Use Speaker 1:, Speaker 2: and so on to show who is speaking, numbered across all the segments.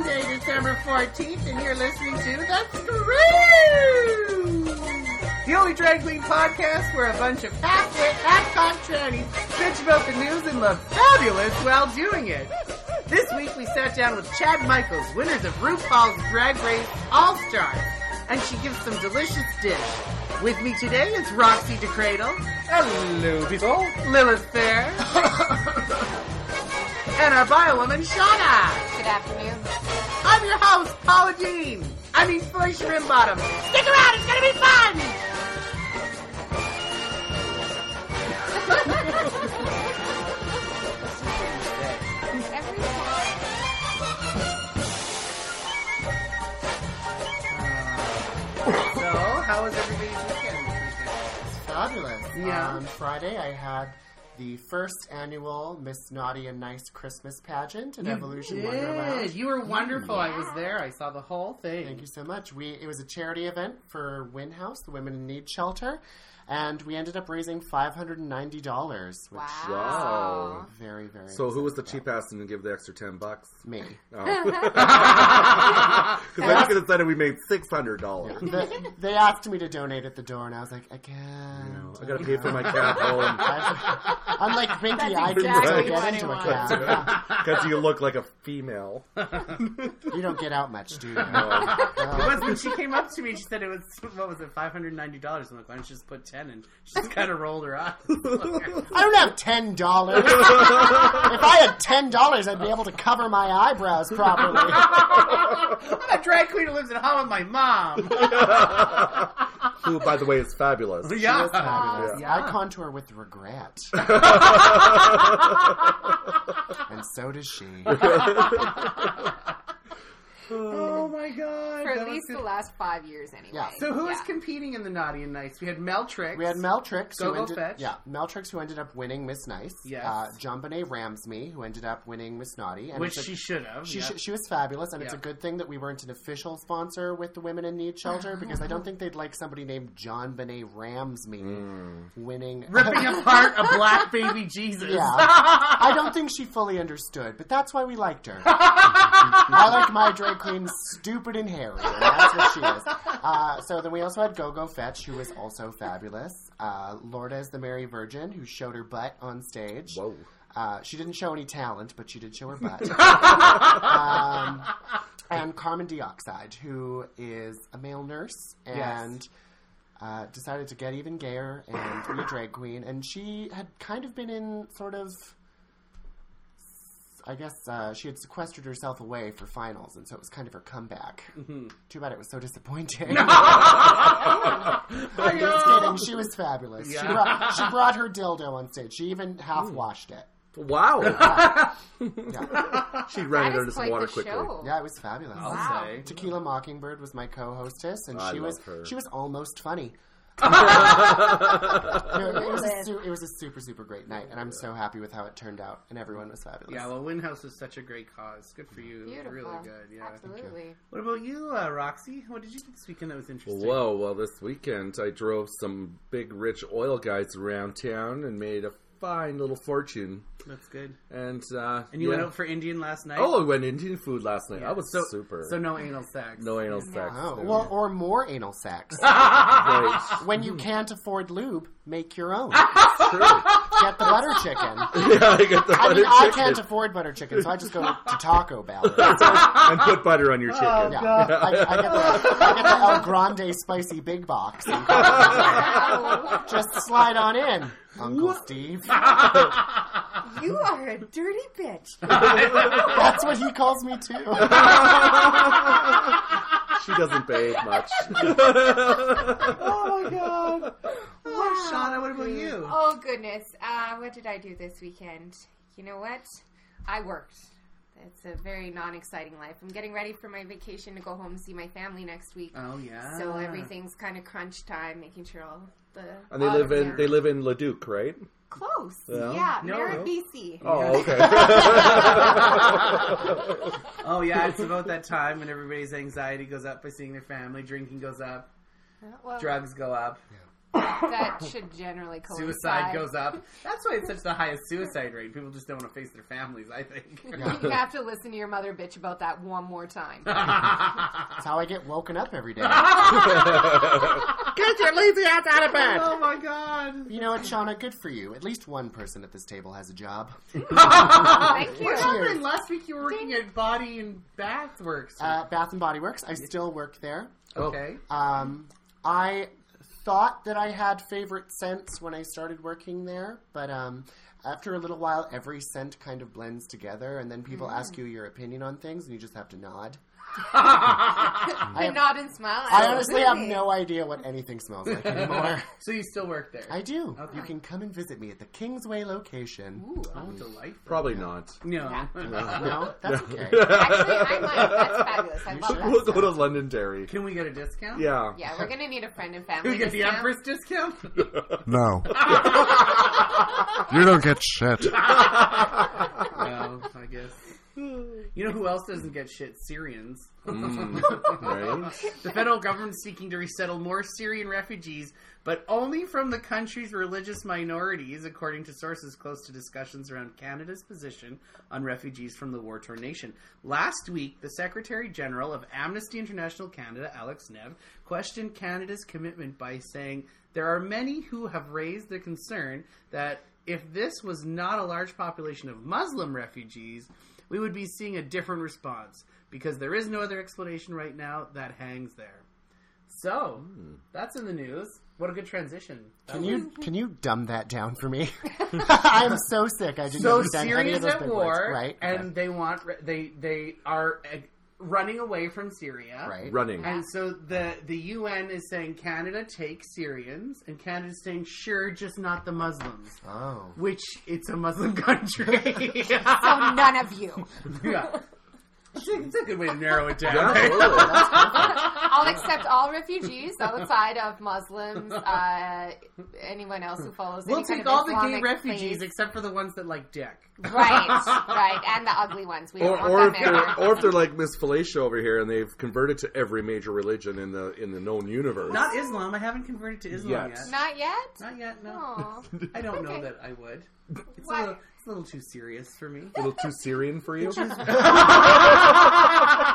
Speaker 1: September 14th, and you're listening to The Screw! The only drag queen podcast where a bunch of passionate, half-cock trannies bitch about the news and look fabulous while doing it. This week we sat down with Chad Michaels, winners of RuPaul's Drag Race All-Stars, and she gives some delicious dish. With me today is Roxy DeCradle.
Speaker 2: Hello, people.
Speaker 1: Lilith Fair. and our bio woman, Shauna.
Speaker 3: Good afternoon.
Speaker 1: I'm your host, Paula Jean. I mean, Felicia Rimbottom. Stick around, it's gonna be fun!
Speaker 3: Every time.
Speaker 4: So, how was everybody's weekend this weekend?
Speaker 1: Fabulous.
Speaker 4: Yeah.
Speaker 1: Um,
Speaker 4: On Friday, I had the first annual Miss Naughty and Nice Christmas pageant in Evolution Wonderland.
Speaker 1: You were wonderful. I was there. I saw the whole thing.
Speaker 4: Thank you so much. We it was a charity event for Win House, the Women in Need Shelter, and we ended up raising five hundred and ninety dollars, which
Speaker 3: Wow.
Speaker 4: I'm very very.
Speaker 2: So who was the
Speaker 4: excited
Speaker 2: cheapest and give the extra ten bucks? Oh.
Speaker 4: about. Me.
Speaker 2: Because I could have said we made six hundred dollars.
Speaker 4: The- they asked me to donate at the door, and I was like, I can't.
Speaker 2: I gotta pay for my cab home
Speaker 4: I'm like Rinky.
Speaker 3: That's
Speaker 4: I can't
Speaker 3: exactly
Speaker 4: really get
Speaker 3: what
Speaker 4: into
Speaker 3: I
Speaker 4: a
Speaker 3: want.
Speaker 4: cab.
Speaker 2: because you look like a female.
Speaker 4: You don't get out much, do you? Uh,
Speaker 5: It was when she came up to me. She said it was what was it, five hundred ninety dollars. I'm like, why don't you just put ten? And she just kind of rolled her eyes.
Speaker 4: I don't have ten dollars. if I had ten dollars, I'd be able to cover my eyebrows properly.
Speaker 5: I'm a drag queen who lives at home with my mom.
Speaker 2: Who, by the way, is fabulous.
Speaker 5: yeah,
Speaker 4: Fabulous.
Speaker 5: Yeah.
Speaker 4: I contour with regret, and so does she.
Speaker 5: Oh my god.
Speaker 3: For
Speaker 5: that
Speaker 3: at
Speaker 5: was
Speaker 3: least
Speaker 5: good.
Speaker 3: the last five years, anyway.
Speaker 4: Yeah.
Speaker 5: So who was
Speaker 3: Yeah.
Speaker 5: competing in the naughty and nice? We had Mel Tricks.
Speaker 4: We had Meltrix,
Speaker 5: Go,
Speaker 4: who
Speaker 5: go,
Speaker 4: ended,
Speaker 5: fetch.
Speaker 4: yeah, Meltrix, who ended up winning Miss Nice.
Speaker 5: Yes.
Speaker 4: Uh, JonBenet Ramsey, who ended up winning Miss Naughty, and
Speaker 5: which
Speaker 4: it's a-
Speaker 5: she should have.
Speaker 4: She,
Speaker 5: yeah.
Speaker 4: sh- she was fabulous, and it's a
Speaker 5: Yeah.
Speaker 4: good thing that we weren't an official sponsor with the Women in Need Shelter because I don't think they'd like somebody named John Benet Ramsey
Speaker 5: Mm.
Speaker 4: winning.
Speaker 5: ripping apart a black baby Jesus.
Speaker 4: Yeah. I don't think she fully understood, but that's why we liked her. I like my drag queen stupid and hairy, and that's what she is. Uh, so then we also had Go Go Fetch, who was also fabulous. Uh, Lourdes the Mary Virgin, who showed her butt on stage.
Speaker 2: Whoa.
Speaker 4: Uh, she didn't show any talent, but she did show her butt. um, and Carmen Dioxide, who is a male nurse and uh, decided to get even gayer and be a drag queen. And she had kind of been in sort of. I guess uh, she had sequestered herself away for finals, and so it was kind of her comeback. Too bad it was so disappointing. I'm just kidding. She was fabulous. She,
Speaker 5: Yeah.
Speaker 4: brought, she brought her dildo on stage. She even half washed it.
Speaker 2: Wow.
Speaker 4: Yeah.
Speaker 2: she ran it
Speaker 3: That
Speaker 2: under
Speaker 3: is
Speaker 2: some
Speaker 3: quite
Speaker 2: water
Speaker 3: the
Speaker 2: quickly.
Speaker 3: show.
Speaker 4: yeah, it was fabulous.
Speaker 5: I'll
Speaker 3: Wow.
Speaker 5: say.
Speaker 4: Tequila Mockingbird was my co-hostess, and
Speaker 2: I
Speaker 4: she was
Speaker 2: love her.
Speaker 4: she was almost funny. No, it, was a su- it was a super super great night, and I'm so happy with how it turned out, and everyone was fabulous.
Speaker 5: Yeah, well, Winhouse was such a great cause. Good for you.
Speaker 3: Beautiful.
Speaker 5: Really good. Yeah.
Speaker 3: Absolutely.
Speaker 5: What about you, uh, Roxy? What did you do this weekend that was interesting?
Speaker 2: Whoa, well, this weekend I drove some big rich oil guys around town and made a fine little fortune.
Speaker 5: That's good.
Speaker 2: And, uh,
Speaker 5: And you
Speaker 2: yeah.
Speaker 5: went out for Indian last night.
Speaker 2: Oh, I went Indian food last night.
Speaker 5: Yeah.
Speaker 2: I was
Speaker 5: so,
Speaker 2: super.
Speaker 5: So no anal sex.
Speaker 2: no anal sex.
Speaker 4: Oh,
Speaker 2: no.
Speaker 4: well, or more anal sex.
Speaker 2: Right.
Speaker 4: when you can't afford lube, make your own.
Speaker 2: It's true.
Speaker 4: Get the butter chicken.
Speaker 2: yeah, I got the
Speaker 4: I
Speaker 2: butter
Speaker 4: mean, I
Speaker 2: chicken
Speaker 4: can't afford butter chicken, so I just go to Taco Bell.
Speaker 2: and put butter on your chicken.
Speaker 4: Yeah, I, I, get the, I get the El Grande spicy big box.
Speaker 3: Wow.
Speaker 4: Just slide on in, Uncle Steve.
Speaker 3: you are a dirty bitch.
Speaker 4: That's what he calls me too.
Speaker 2: She doesn't bathe much.
Speaker 5: Oh my god. Oh, Shauna, what about you?
Speaker 3: Oh goodness. Uh, what did I do this weekend? You know what? I worked. It's a very non-exciting life. I'm getting ready for my vacation to go home and see my family next week.
Speaker 5: Oh yeah.
Speaker 3: So everything's kind of crunch time, making sure all the
Speaker 4: Oh,
Speaker 2: And they
Speaker 3: all
Speaker 2: live
Speaker 3: of
Speaker 2: in
Speaker 3: them
Speaker 2: they
Speaker 3: are
Speaker 2: live in Leduc, right?
Speaker 3: close.
Speaker 2: Yeah.
Speaker 3: Yeah,
Speaker 5: No.
Speaker 3: Merritt, BC.
Speaker 2: Oh, okay.
Speaker 5: Oh yeah, it's about that time when everybody's anxiety goes up by seeing their family, drinking goes up,
Speaker 3: Well,
Speaker 5: drugs go up.
Speaker 3: that should generally coincide.
Speaker 5: Suicide goes up. That's why it's such the highest suicide rate. People just don't want to face their families, I think.
Speaker 3: You have to listen to your mother bitch about that one more time.
Speaker 4: That's how I get woken up every day.
Speaker 2: Get your lazy ass out of bed!
Speaker 5: oh my god.
Speaker 4: You know what, Shauna? Good for you. At least one person at this table has a job.
Speaker 3: Thank you.
Speaker 5: What
Speaker 4: Cheers.
Speaker 5: happened last week? You were working at Body and Bath Works.
Speaker 4: Uh, Bath and Body Works. I still work there.
Speaker 5: okay.
Speaker 4: Um, I thought that I had favorite scents when I started working there, but um, after a little while, every scent kind of blends together, and then people ask you your opinion on things, and you just have to nod.
Speaker 3: I nod and smile.
Speaker 4: I honestly have
Speaker 3: Absolutely.
Speaker 4: no idea what anything smells like anymore.
Speaker 5: so you still work there?
Speaker 4: I do.
Speaker 5: Okay.
Speaker 4: You can come and visit me at the Kingsway location.
Speaker 5: Ooh, how Oh, delightful.
Speaker 2: Probably not.
Speaker 5: No.
Speaker 4: No, that's okay.
Speaker 3: Actually, I might. That's fabulous. I love that.
Speaker 2: we'll go to Londonderry.
Speaker 5: Can we get a discount?
Speaker 2: Yeah.
Speaker 3: Yeah, we're gonna need a friend and
Speaker 5: Can
Speaker 3: family.
Speaker 5: we get the
Speaker 3: discount.
Speaker 5: Empress discount?
Speaker 6: No. you don't get shit.
Speaker 5: no, I guess. You know who else doesn't get shit? Syrians.
Speaker 2: Mm. Right?
Speaker 5: The federal government's seeking to resettle more Syrian refugees, but only from the country's religious minorities, according to sources close to discussions around Canada's position on refugees from the war torn nation. Last week, the Secretary General of Amnesty International Canada, Alex Nev, questioned Canada's commitment by saying, There are many who have raised the concern that if this was not a large population of Muslim refugees, we would be seeing a different response because there is no other explanation right now that hangs there. So that's in the news. What a good transition. That
Speaker 4: Hmm. Can
Speaker 5: was-
Speaker 4: you can you dumb that down for me? I'm so sick. I didn't
Speaker 5: so
Speaker 4: understand any
Speaker 5: Syria's
Speaker 4: of those
Speaker 5: at
Speaker 4: big
Speaker 5: war,
Speaker 4: words. Right.
Speaker 5: And they want re- they they are uh, running away from Syria,
Speaker 4: right.
Speaker 2: Running.
Speaker 5: And so the the UN is saying Canada take Syrians, and Canada's saying sure, just not the Muslims.
Speaker 4: Oh.
Speaker 5: Which it's a Muslim country.
Speaker 3: Oh, none of you.
Speaker 5: Yeah. It's a, it's a good way to narrow it down.
Speaker 2: Yeah,
Speaker 5: right?
Speaker 2: absolutely.
Speaker 3: I'll accept all refugees outside of Muslims, uh, anyone else who follows.
Speaker 5: We'll
Speaker 3: any kind
Speaker 5: take
Speaker 3: of
Speaker 5: all the gay
Speaker 3: Islamic
Speaker 5: refugees
Speaker 3: faith.
Speaker 5: except for the ones that like dick.
Speaker 3: right, right, and the ugly ones. We don't
Speaker 2: Or,
Speaker 3: want
Speaker 2: or, if
Speaker 3: them in
Speaker 2: they're,
Speaker 3: our-
Speaker 2: or if they're like Miss Felicia over here and they've converted to every major religion in the in the known universe.
Speaker 5: Not Islam. I haven't converted to Islam
Speaker 2: Yet.
Speaker 5: yet.
Speaker 3: Not yet.
Speaker 5: Not yet. No.
Speaker 3: Aw.
Speaker 5: I don't know
Speaker 3: Okay.
Speaker 5: that I would. It's a,
Speaker 3: Why?
Speaker 5: little, it's a little too serious for me.
Speaker 2: a little too Syrian for you?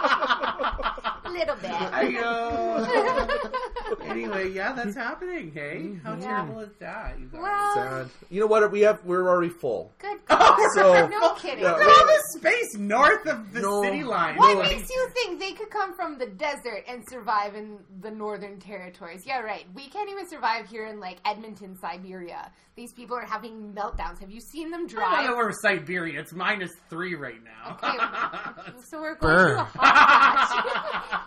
Speaker 3: a little bit.
Speaker 5: I know. anyway, yeah, that's happening. Hey, how
Speaker 3: Mm-hmm. Yeah.
Speaker 5: terrible is that? You guys?
Speaker 3: Well,
Speaker 2: Sad. You know what? We have we're already full.
Speaker 3: good. God.
Speaker 2: So-
Speaker 3: no kidding.
Speaker 2: Yeah,
Speaker 5: Look at all this space north of the
Speaker 2: No.
Speaker 5: city line.
Speaker 3: What makes you think they could come from the desert and survive in the northern territories? Yeah, right. We can't even survive here in like Edmonton, Siberia. These people are having meltdowns. Have you seen them
Speaker 5: I don't know
Speaker 3: drive?
Speaker 5: where Siberia. It's minus three right now.
Speaker 3: Okay. So we're going
Speaker 6: Burn.
Speaker 3: to a hot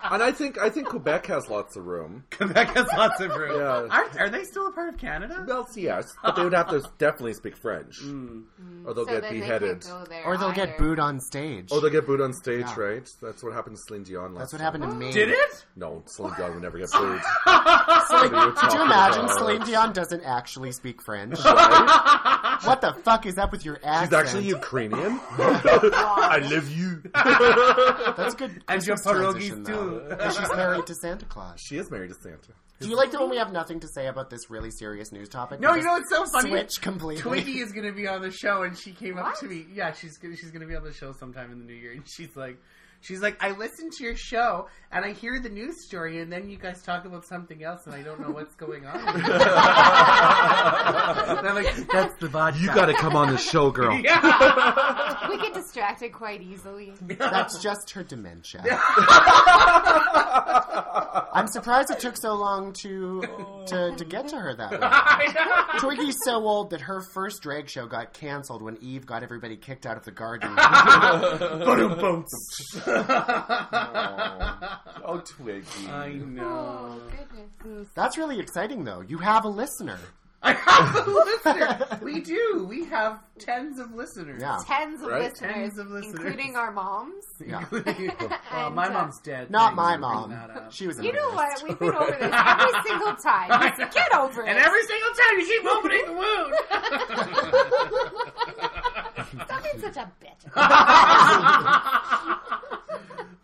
Speaker 3: patch.
Speaker 2: And I think I think Quebec has lots of room.
Speaker 5: Quebec has lots of room.
Speaker 2: Yeah.
Speaker 5: Are, are they still a part of Canada?
Speaker 2: Well, yes, but they would have to definitely speak French,
Speaker 4: Hmm.
Speaker 2: or they'll
Speaker 3: Mm. So
Speaker 2: get
Speaker 3: then they
Speaker 2: beheaded,
Speaker 3: can't go there
Speaker 4: Or they'll
Speaker 3: either.
Speaker 4: get booed on stage.
Speaker 5: Oh,
Speaker 2: or they'll get booed on stage.
Speaker 4: Yeah.
Speaker 2: Right? That's what happened to Celine Dion
Speaker 4: That's
Speaker 2: last.
Speaker 4: what
Speaker 2: time.
Speaker 4: happened to me.
Speaker 5: Did it?
Speaker 2: No, Celine Dion would never get booed.
Speaker 4: Celine,
Speaker 2: What are you
Speaker 4: could
Speaker 5: Oh,
Speaker 4: you
Speaker 2: talking
Speaker 4: imagine
Speaker 2: about?
Speaker 4: Celine Dion doesn't actually speak French?
Speaker 2: Right?
Speaker 4: what the fuck is up with your
Speaker 2: She's
Speaker 4: accent?
Speaker 2: actually Ukrainian. I love you.
Speaker 4: That's a good.
Speaker 5: And your
Speaker 4: Christmas
Speaker 5: pierogies
Speaker 4: transition,
Speaker 5: too.
Speaker 4: though. But she's married to Santa Claus.
Speaker 2: she is married to Santa.
Speaker 4: Do you like that when we have nothing to say about this really serious news topic?
Speaker 5: No,
Speaker 4: We
Speaker 5: you
Speaker 4: just
Speaker 5: know what's so funny?
Speaker 4: Switch completely.
Speaker 5: Twiggy is going to be on the show, and she came up
Speaker 3: What?
Speaker 5: to me. Yeah, she's gonna, she's going to be on the show sometime in the new year, and she's like, she's like, I listened to your show, and I hear the news story, and then you guys talk about something else, and I don't know what's going on. And I'm like, that's the vodka.
Speaker 2: You got to come on the show, girl.
Speaker 5: Yeah,
Speaker 3: We get distracted quite easily.
Speaker 4: That's just her dementia. I'm surprised it took so long to to, to get to her that way.
Speaker 5: I know.
Speaker 4: Twiggy's so old that her first drag show got canceled when Eve got everybody kicked out of the garden.
Speaker 2: Oh, Twiggy.
Speaker 5: I know.
Speaker 3: Oh, goodness.
Speaker 4: That's really exciting, though. You have a listener.
Speaker 5: I have a listener. We do. We have tens of listeners.
Speaker 4: Yeah.
Speaker 3: Tens of,
Speaker 2: Right?
Speaker 3: listeners,
Speaker 5: Tens of listeners.
Speaker 3: including our moms.
Speaker 4: Yeah.
Speaker 5: well, my
Speaker 3: And, uh,
Speaker 5: mom's dead.
Speaker 4: Not
Speaker 5: Thanks
Speaker 4: my
Speaker 5: for bringing
Speaker 4: mom.
Speaker 5: that up.
Speaker 4: She was.
Speaker 3: You know
Speaker 4: embarrassed.
Speaker 3: what? We've been over this every single time. Just get over it.
Speaker 5: And every single time you keep opening the wound.
Speaker 3: Stop being such a bitch.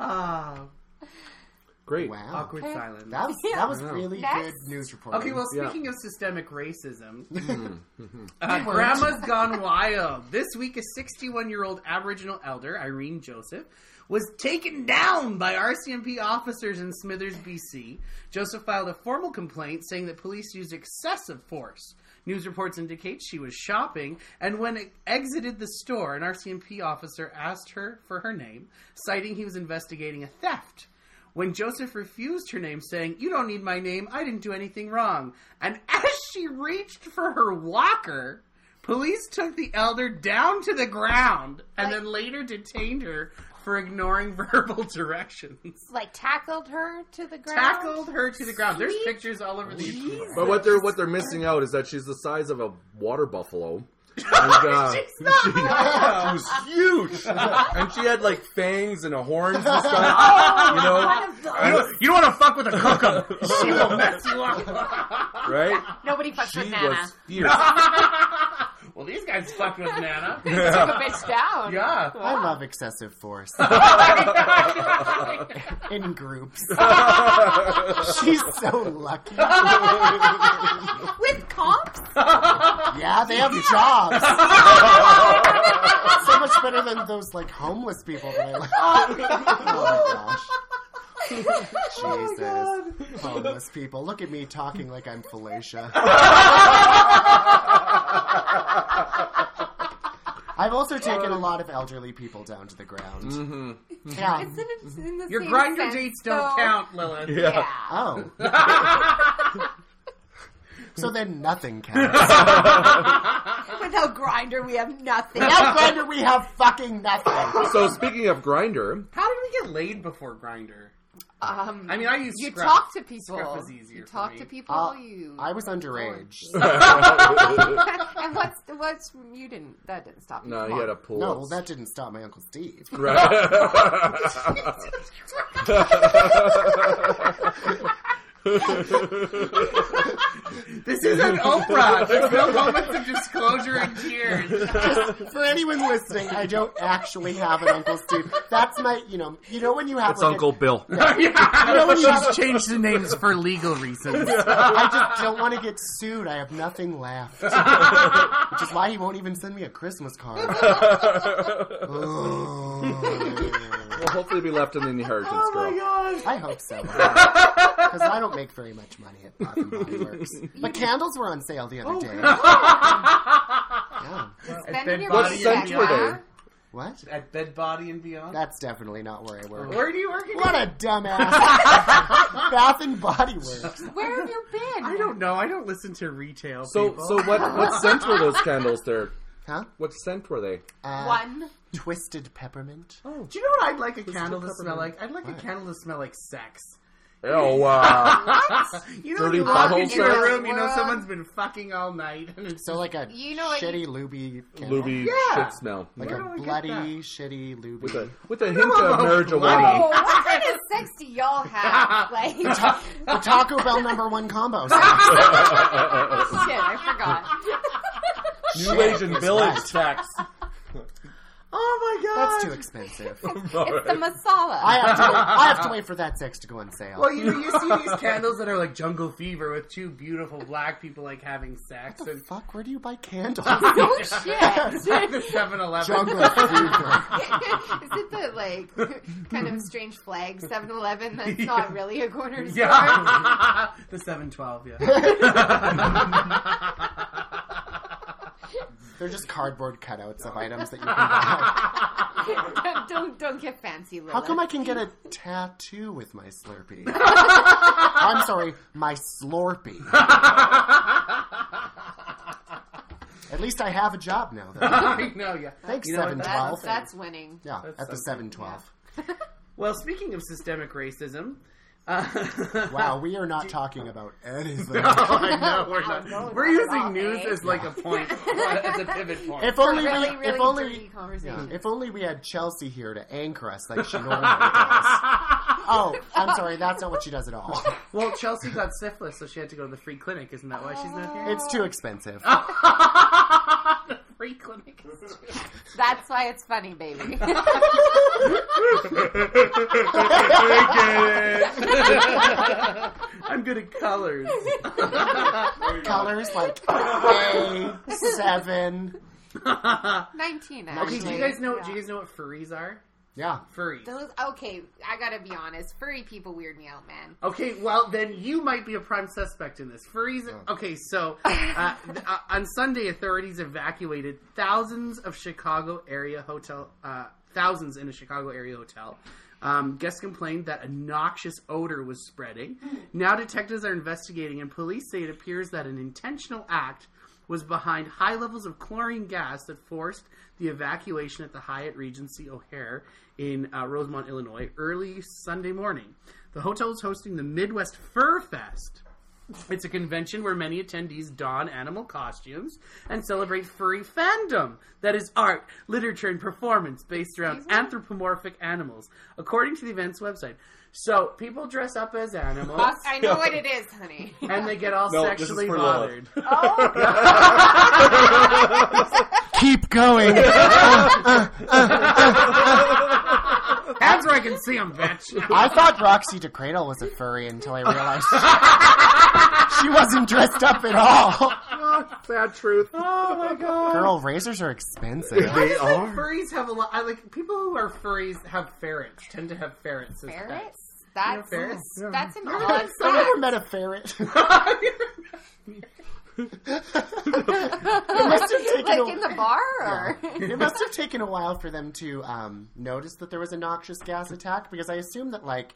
Speaker 5: Ah,
Speaker 2: Great.
Speaker 4: Wow.
Speaker 5: awkward silence.
Speaker 4: That was, that was
Speaker 2: Yeah.
Speaker 4: really
Speaker 3: Next.
Speaker 4: good news reporting.
Speaker 5: Okay, well,
Speaker 2: Yeah.
Speaker 5: speaking of systemic racism, uh, Grandma's Gone Wild. This week, a 61 year old Aboriginal elder, Irene Joseph, was taken down by RCMP officers in Smithers, BC. Joseph filed a formal complaint saying that police used excessive force. News reports indicate she was shopping, and when it exited the store, an RCMP officer asked her for her name, citing he was investigating a theft. When Joseph refused her name, saying, You don't need my name, I didn't do anything wrong. And as she reached for her walker, police took the elder down to the ground and then later detained her for ignoring verbal directions.
Speaker 3: Like tackled her to the ground.
Speaker 5: Tackled her to the ground. There's
Speaker 3: Sweet
Speaker 5: pictures all over the internet.
Speaker 2: But what they're what they're missing out is that she's the size of a water buffalo. And, uh,
Speaker 5: Oh She's not
Speaker 2: she,
Speaker 5: allowed.
Speaker 2: she was huge, and she had like fangs and a horns. And stuff, you know,
Speaker 3: One of those.
Speaker 5: You don't, you don't want to fuck with a cuckoo. she will mess you up.
Speaker 2: right?
Speaker 3: Nobody fucks
Speaker 2: She
Speaker 3: with Nana.
Speaker 2: was fierce.
Speaker 5: well, these guys fucked with Nana.
Speaker 3: Took a bitch down.
Speaker 5: Yeah.
Speaker 4: I love excessive force
Speaker 5: Oh
Speaker 4: in groups. She's so lucky.
Speaker 3: With comps?
Speaker 4: Yeah, they have jobs. so much better than those like homeless people that I like. Oh my gosh. Jesus. homeless people. Look at me talking like I'm Felicia. I've also taken a lot of elderly people down to the ground.
Speaker 2: hmm
Speaker 4: Yeah.
Speaker 3: It's in, it's in the
Speaker 5: Your
Speaker 3: same
Speaker 5: grinder
Speaker 3: sense,
Speaker 5: dates don't
Speaker 3: though.
Speaker 5: count, Lilith.
Speaker 2: Yeah.
Speaker 3: Yeah.
Speaker 4: Oh. so then nothing counts.
Speaker 3: Without grinder, we have nothing.
Speaker 4: Now, Grinder, we have fucking nothing.
Speaker 2: So speaking of grinder,
Speaker 5: How did we get laid before Grinder?
Speaker 3: um,
Speaker 5: I mean, I use
Speaker 3: you
Speaker 5: Scruff.
Speaker 3: talk to people.
Speaker 5: Scruff is easier
Speaker 3: you
Speaker 5: for
Speaker 3: talk
Speaker 5: me.
Speaker 3: to people.
Speaker 4: Uh,
Speaker 3: you.
Speaker 4: I was underage.
Speaker 3: and what's what's you didn't that didn't stop you.
Speaker 2: no,
Speaker 3: Come
Speaker 2: he had
Speaker 3: on.
Speaker 2: a pull.
Speaker 4: No, well, that didn't stop my Uncle Steve.
Speaker 2: right.
Speaker 5: This is an Oprah. There's no moments of disclosure and tears.
Speaker 4: For anyone listening, I don't actually have an Uncle Steve. That's my, you know, you know when you have
Speaker 2: It's
Speaker 4: like a-
Speaker 2: Uncle Bill.
Speaker 5: She's changed the names for legal reasons.
Speaker 4: I just don't want to get sued. I have nothing left, which is why he won't even send me a Christmas card. Ugh.
Speaker 2: Well, hopefully, be left in the inheritance,
Speaker 3: Oh
Speaker 2: girl.
Speaker 4: I hope so, because I don't make very much money at Bath and Body Works. But candles were on sale the other day. Yeah.
Speaker 3: Spend
Speaker 5: Bed
Speaker 3: your
Speaker 5: Body
Speaker 3: money,
Speaker 2: and
Speaker 3: Becca.
Speaker 2: Beyond.
Speaker 4: What?
Speaker 5: At Bed Body and Beyond.
Speaker 4: That's definitely not where I work.
Speaker 5: Where do you work? again?
Speaker 4: What a dumbass! Bath and Body Works.
Speaker 3: Where have you been?
Speaker 5: I don't know. I don't listen to retail.
Speaker 2: So,
Speaker 5: people.
Speaker 2: so what? What scent were those candles there?
Speaker 4: Huh?
Speaker 2: What scent were they?
Speaker 4: Uh,
Speaker 3: One.
Speaker 4: Twisted peppermint.
Speaker 5: do you know what I'd like a candle Oh. to
Speaker 2: peppermint.
Speaker 5: smell like? I'd like a
Speaker 4: What?
Speaker 5: candle to smell like sex.
Speaker 2: Oh wow!
Speaker 5: you know, when
Speaker 2: Dirty
Speaker 5: you walk
Speaker 2: butthole
Speaker 5: into a
Speaker 2: sex?
Speaker 5: room, you know
Speaker 3: What?
Speaker 5: someone's been fucking all night, and it's
Speaker 4: So like a
Speaker 3: You know what
Speaker 4: shitty luby candle.
Speaker 2: Luby
Speaker 5: Yeah.
Speaker 2: shit smell
Speaker 4: Like
Speaker 5: Where do
Speaker 4: a
Speaker 5: I get
Speaker 4: bloody,
Speaker 5: that?
Speaker 4: shitty luby.
Speaker 2: with a with a hint of
Speaker 5: no,
Speaker 3: Oh,
Speaker 2: marijuana.
Speaker 3: what kind of sex do y'all have? Like, shit,
Speaker 4: the Taco Bell number one combo.
Speaker 3: Oh, I forgot.
Speaker 2: New Asian village tax.
Speaker 5: Oh my god!
Speaker 4: That's too expensive.
Speaker 3: It's the masala.
Speaker 4: I have, to wait, I have to wait for that sex to go on sale.
Speaker 5: Well, you know, you see these candles that are like jungle fever with two beautiful black people like having sex and
Speaker 4: Fuck, where do you buy candles?
Speaker 3: oh shit!
Speaker 5: the 7
Speaker 4: Jungle
Speaker 5: Eleven.
Speaker 4: fever.
Speaker 3: Is it the like kind of strange flag 7-Eleven that's not really a corner store?
Speaker 5: Yeah. the 712, yeah.
Speaker 4: They're just cardboard cutouts of items that you can buy.
Speaker 3: don't, don't don't get fancy, Lilith.
Speaker 4: How come I can get a tattoo with my Slurpee? I'm sorry, my Slurpee. At least I have a job now, though.
Speaker 5: I know, yeah.
Speaker 4: Thanks,
Speaker 5: You know what,
Speaker 4: Seven
Speaker 5: that-
Speaker 4: Twelve.
Speaker 3: That's, that's winning.
Speaker 4: Yeah,
Speaker 5: That's
Speaker 4: at the
Speaker 5: something,
Speaker 4: seven twelve.
Speaker 5: Well, speaking of systemic racism, uh, Oh,
Speaker 4: Wow, we are not talking about anything.
Speaker 5: I know, we're not.
Speaker 3: no,
Speaker 5: we're
Speaker 3: not at
Speaker 5: using
Speaker 3: all,
Speaker 5: news
Speaker 3: eh?
Speaker 5: as like a point, as a pivot point.
Speaker 4: if only
Speaker 3: Really,
Speaker 4: we,
Speaker 3: really
Speaker 4: if only,
Speaker 3: dirty conversation.
Speaker 4: yeah, if only we had Chelsea here to anchor us like she normally does. Oh, I'm sorry, that's not what she does at all.
Speaker 5: Well, Chelsea got syphilis, so she had to go to the free clinic. Isn't that why she's not here?
Speaker 3: Oh.
Speaker 4: It's too expensive.
Speaker 5: free clinic.
Speaker 3: That's why it's funny, baby.
Speaker 5: I'm good at colors.
Speaker 4: Colors like A seven.
Speaker 3: Nineteen.
Speaker 5: Okay,
Speaker 3: Actually.
Speaker 5: do you guys know? Do
Speaker 3: Yeah.
Speaker 5: you guys know what furries are?
Speaker 4: Yeah.
Speaker 5: Furries.
Speaker 3: Those, okay, I gotta be honest. Furry people weird me out, man.
Speaker 5: Okay, well then you might be a prime suspect in this. Furries. Okay, so uh, th- uh, on Sunday, authorities evacuated thousands of Chicago area hotel uh, thousands in a Chicago area hotel. Um, guests complained that a noxious odor was spreading. Now detectives are investigating, and police say it appears that an intentional act was behind high levels of chlorine gas that forced the evacuation at the Hyatt Regency O'Hare in uh, Rosemont, Illinois, early Sunday morning. The hotel is hosting the Midwest Fur Fest. It's a convention where many attendees don animal costumes and celebrate furry fandom that is art, literature, and performance based around anthropomorphic animals, according to the event's website. So people dress up as animals
Speaker 3: I know what it is, honey.
Speaker 5: and they get all
Speaker 7: No, this is
Speaker 5: sexually
Speaker 7: for love.
Speaker 5: bothered.
Speaker 4: Keep going.
Speaker 5: That's where I can see them, bitch.
Speaker 4: I thought Roxy De Cradle was a furry until I realized she, she wasn't dressed up at all.
Speaker 2: Sad truth.
Speaker 3: Oh
Speaker 4: Girl, razors are expensive.
Speaker 2: They
Speaker 5: Like,
Speaker 2: are.
Speaker 5: furries have a lot. I like people who are furries have ferrets. Tend to have ferrets. as pets.
Speaker 3: Ferrets? That's
Speaker 5: ferrets.
Speaker 3: that's an odd
Speaker 4: I've never
Speaker 3: fact.
Speaker 4: met a ferret. it must have taken
Speaker 3: like
Speaker 4: a-
Speaker 3: in the bar, or
Speaker 4: it must have taken a while for them to um, notice that there was a noxious gas attack because I assume that like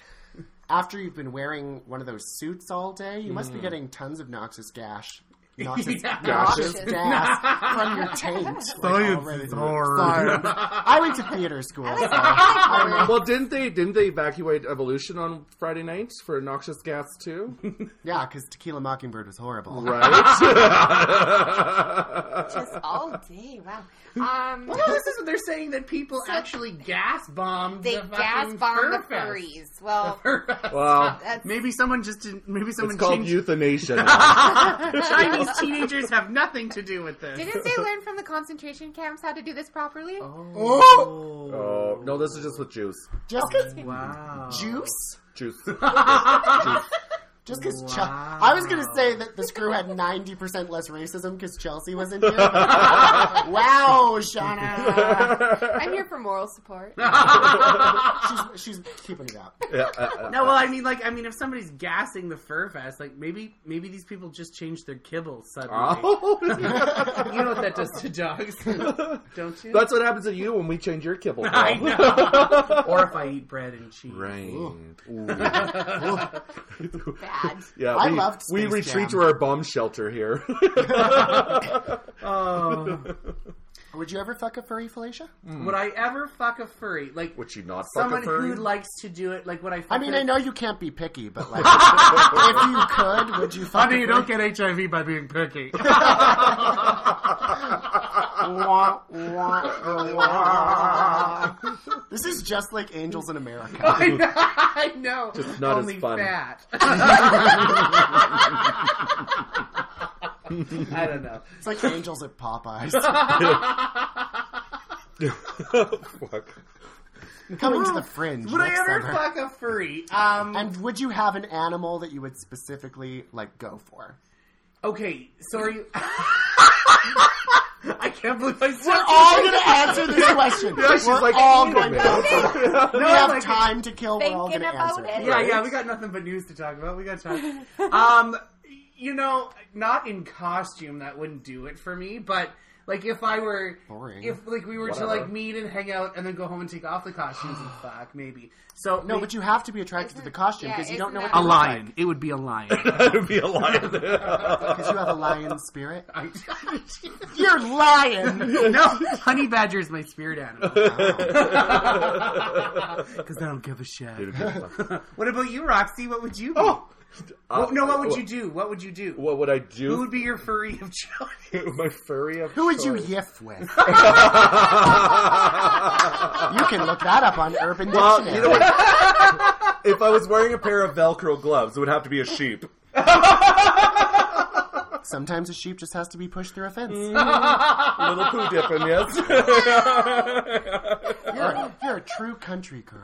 Speaker 4: after you've been wearing one of those suits all day, you must be getting tons of noxious gash. Noxious,
Speaker 5: Yeah.
Speaker 4: noxious
Speaker 3: Gases.
Speaker 4: gas from your taint. like, already.
Speaker 6: hard.
Speaker 4: I went to theater school. So
Speaker 2: Well, didn't they didn't they evacuate Evolution on Friday night for noxious gas too?
Speaker 4: yeah, because Tequila Mockingbird was horrible.
Speaker 2: Right.
Speaker 3: just all day. Wow. Um,
Speaker 5: Well, this is what they're saying that people
Speaker 3: So-
Speaker 5: actually gas bombed.
Speaker 3: they
Speaker 5: the
Speaker 3: gas
Speaker 5: fucking
Speaker 3: bomb the
Speaker 5: fur fest.
Speaker 3: furries. Well,
Speaker 5: Fur fest.
Speaker 2: well,
Speaker 3: that's
Speaker 5: Maybe someone just didn't. Maybe
Speaker 2: it's
Speaker 5: someone
Speaker 2: called
Speaker 5: changed.
Speaker 2: euthanasia.
Speaker 5: Chinese teenagers have nothing to do with this.
Speaker 3: didn't they learn from the concentration camps how to do this properly?
Speaker 5: Oh.
Speaker 2: Oh no, this is just with juice.
Speaker 4: Just because
Speaker 5: Wow.
Speaker 4: juice.
Speaker 2: Juice.
Speaker 5: Uh,
Speaker 4: Just because I was going to say that the screw had 90% less racism because Chelsea was in here. wow, Shauna.
Speaker 3: I'm here for moral support.
Speaker 4: She's, she's keeping it up.
Speaker 2: Yeah, uh, uh,
Speaker 5: No, well, I mean, like, I mean, if somebody's gassing the fur fest, like, maybe, maybe these people just change their kibble suddenly.
Speaker 2: uh, oh.
Speaker 5: You know what that does to dogs, don't you?
Speaker 2: That's what happens to you when we change your kibble. Paul.
Speaker 5: I know. or if I eat bread and cheese.
Speaker 2: Right. Ooh.
Speaker 3: Bad.
Speaker 2: yeah,
Speaker 4: I
Speaker 2: we,
Speaker 4: loved
Speaker 2: we
Speaker 4: Space
Speaker 2: retreat
Speaker 4: Jam.
Speaker 2: to our bomb shelter here.
Speaker 5: Oh,
Speaker 4: Would you ever fuck a furry Felicia?
Speaker 5: would I ever fuck a furry? Like,
Speaker 2: Would you not fuck
Speaker 5: someone
Speaker 2: a furry?
Speaker 5: who likes to do it? Like, would I? Fuck
Speaker 4: I mean,
Speaker 5: a-
Speaker 4: I know you can't be picky, but like, if you could, would you fuck
Speaker 5: I mean,
Speaker 4: a
Speaker 5: you
Speaker 4: furry?
Speaker 5: don't get HIV by being picky.
Speaker 4: Wah, wah, wah. This is just like Angels in America.
Speaker 5: I know. I know.
Speaker 2: Just not as
Speaker 5: Only
Speaker 2: fun.
Speaker 5: fat. I don't know.
Speaker 4: It's like Angels at Popeyes.
Speaker 2: Fuck.
Speaker 4: Coming to the fringe.
Speaker 5: Would I
Speaker 4: next
Speaker 5: ever
Speaker 4: summer.
Speaker 5: fuck a furry? Um,
Speaker 4: And would you have an animal that you would specifically like go for?
Speaker 5: okay, sorry. I can't believe I said
Speaker 4: We're all going to answer this question.
Speaker 2: she's
Speaker 4: We're
Speaker 2: like,
Speaker 4: all
Speaker 2: "Think
Speaker 4: going to
Speaker 2: about
Speaker 4: answer. We
Speaker 5: No,
Speaker 4: have
Speaker 5: like,
Speaker 4: time to kill. We're all going
Speaker 3: thinking
Speaker 4: to
Speaker 3: about
Speaker 4: answer.
Speaker 3: it.
Speaker 5: Yeah, yeah, we got nothing but news to talk about. We got time. um, you know, not in costume that wouldn't do it for me, but like if I were
Speaker 4: Boring.
Speaker 5: if like we were to
Speaker 2: Whatever.
Speaker 5: like meet and hang out and then go home and take off the costumes and fuck maybe. So
Speaker 4: No, but you have to be attracted to the costume because
Speaker 3: yeah,
Speaker 4: you don't know
Speaker 3: isn't
Speaker 4: what
Speaker 3: that-
Speaker 4: you
Speaker 3: A
Speaker 4: look like.
Speaker 5: It would be a lion.
Speaker 2: that would be a lion.
Speaker 4: Because you have a lion spirit.
Speaker 5: no,
Speaker 4: You're lying.
Speaker 5: honey badger is my spirit animal. Because I don't give a shit. What about you, Roxy? What would you? Be? Oh, no, what would you do? What would you do?
Speaker 2: Uh, What would I
Speaker 5: Who
Speaker 2: do?
Speaker 5: would be your furry of choice?
Speaker 2: My furry of
Speaker 4: Who would you
Speaker 2: choice.
Speaker 4: yiff with? You can look that up on Urban
Speaker 2: Well,
Speaker 4: Dictionary.
Speaker 2: you know what? if I was wearing a pair of Velcro gloves, it would have to be a sheep.
Speaker 4: Sometimes a sheep just has to be pushed through a fence.
Speaker 2: Mm. Little poo dipping, yes.
Speaker 4: You're, you're a true country girl.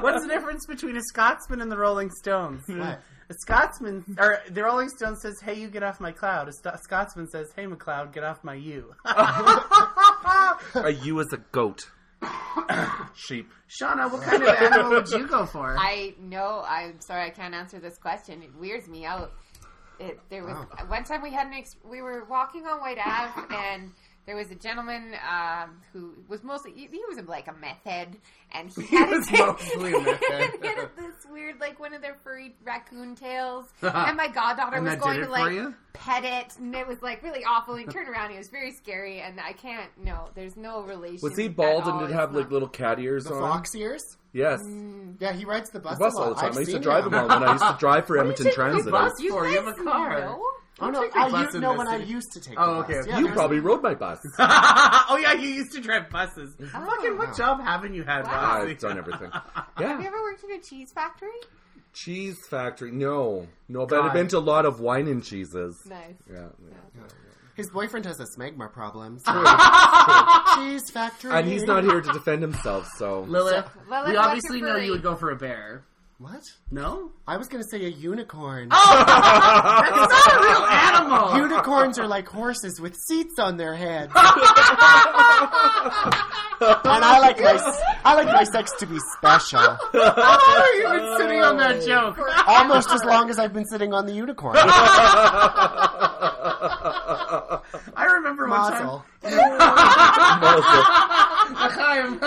Speaker 5: What's the difference between a Scotsman and the Rolling Stones?
Speaker 2: Hmm.
Speaker 4: What?
Speaker 5: A Scotsman, or the Rolling Stone says, "Hey, you get off my cloud." A Sto- Scotsman says, "Hey, McLeod, get off my you."
Speaker 2: Are you as a goat? Sheep.
Speaker 5: Shauna, what kind of animal would you go for?
Speaker 3: I know. I'm sorry, I can't answer this question. It weirds me out. It, there was
Speaker 5: Oh.
Speaker 3: one time we had an ex- we were walking on White Ave and there was a gentleman um, who was mostly he, he was like a meth head and he, had
Speaker 5: was
Speaker 3: his-
Speaker 5: mostly a meth head.
Speaker 3: he had this weird like one of their furry raccoon tails and my goddaughter
Speaker 5: And
Speaker 3: was
Speaker 5: that
Speaker 3: going
Speaker 5: did
Speaker 3: to
Speaker 5: it for
Speaker 3: like
Speaker 5: you?
Speaker 3: pet it and it was like really awful. He turned around, he was very scary, and I can't. No, there's no relation.
Speaker 2: Was he
Speaker 3: at
Speaker 2: bald
Speaker 3: all.
Speaker 2: and did
Speaker 3: It's
Speaker 2: have
Speaker 3: not-
Speaker 2: like little cat ears
Speaker 4: The
Speaker 2: on?
Speaker 4: fox ears?
Speaker 2: Yes.
Speaker 4: Yeah, he rides the bus,
Speaker 2: The bus
Speaker 4: a lot.
Speaker 2: all the time.
Speaker 4: I've
Speaker 2: I used to
Speaker 4: seen
Speaker 2: drive
Speaker 4: him.
Speaker 2: him all when I used to drive for Edmonton Transit. I was-
Speaker 3: You
Speaker 5: for?
Speaker 3: guys
Speaker 5: You have a car.
Speaker 3: know?
Speaker 4: Oh no,
Speaker 5: Take the
Speaker 4: I
Speaker 5: bus
Speaker 4: used,
Speaker 5: in
Speaker 4: no,
Speaker 5: this
Speaker 4: when I
Speaker 5: city.
Speaker 4: used to take.
Speaker 5: Oh,
Speaker 4: the bus.
Speaker 5: okay, okay.
Speaker 4: Yeah,
Speaker 2: You
Speaker 4: there's-
Speaker 2: probably rode my bus.
Speaker 5: oh yeah, you used to drive buses. Fucking what
Speaker 4: wow.
Speaker 5: job haven't you had?
Speaker 3: Wow.
Speaker 5: Roxy?
Speaker 2: I've done everything.
Speaker 3: Have you
Speaker 2: Yeah.
Speaker 3: ever worked in a cheese factory?
Speaker 2: Cheese factory. No. No, but
Speaker 5: God.
Speaker 2: I've been to a lot of wine and cheeses.
Speaker 3: Nice.
Speaker 2: Yeah. yeah.
Speaker 4: His boyfriend has a smegma problem. so- Cheese factory.
Speaker 2: And he's not e- here to defend himself, so.
Speaker 5: Lilith,
Speaker 3: Lilith,
Speaker 5: we
Speaker 3: what's
Speaker 5: obviously
Speaker 3: your
Speaker 5: know you
Speaker 3: furry?
Speaker 5: would go for a bear.
Speaker 4: What?
Speaker 5: No,
Speaker 4: I was gonna say a unicorn.
Speaker 2: Ah!
Speaker 5: that's not a real animal.
Speaker 4: Unicorns are like horses with seats on their heads. and I like my I like my sex to be special.
Speaker 5: How long have you been sitting on that joke?
Speaker 4: Almost as long as I've been sitting on the unicorn.
Speaker 5: I remember one time.
Speaker 4: Mazel.
Speaker 5: Chaim.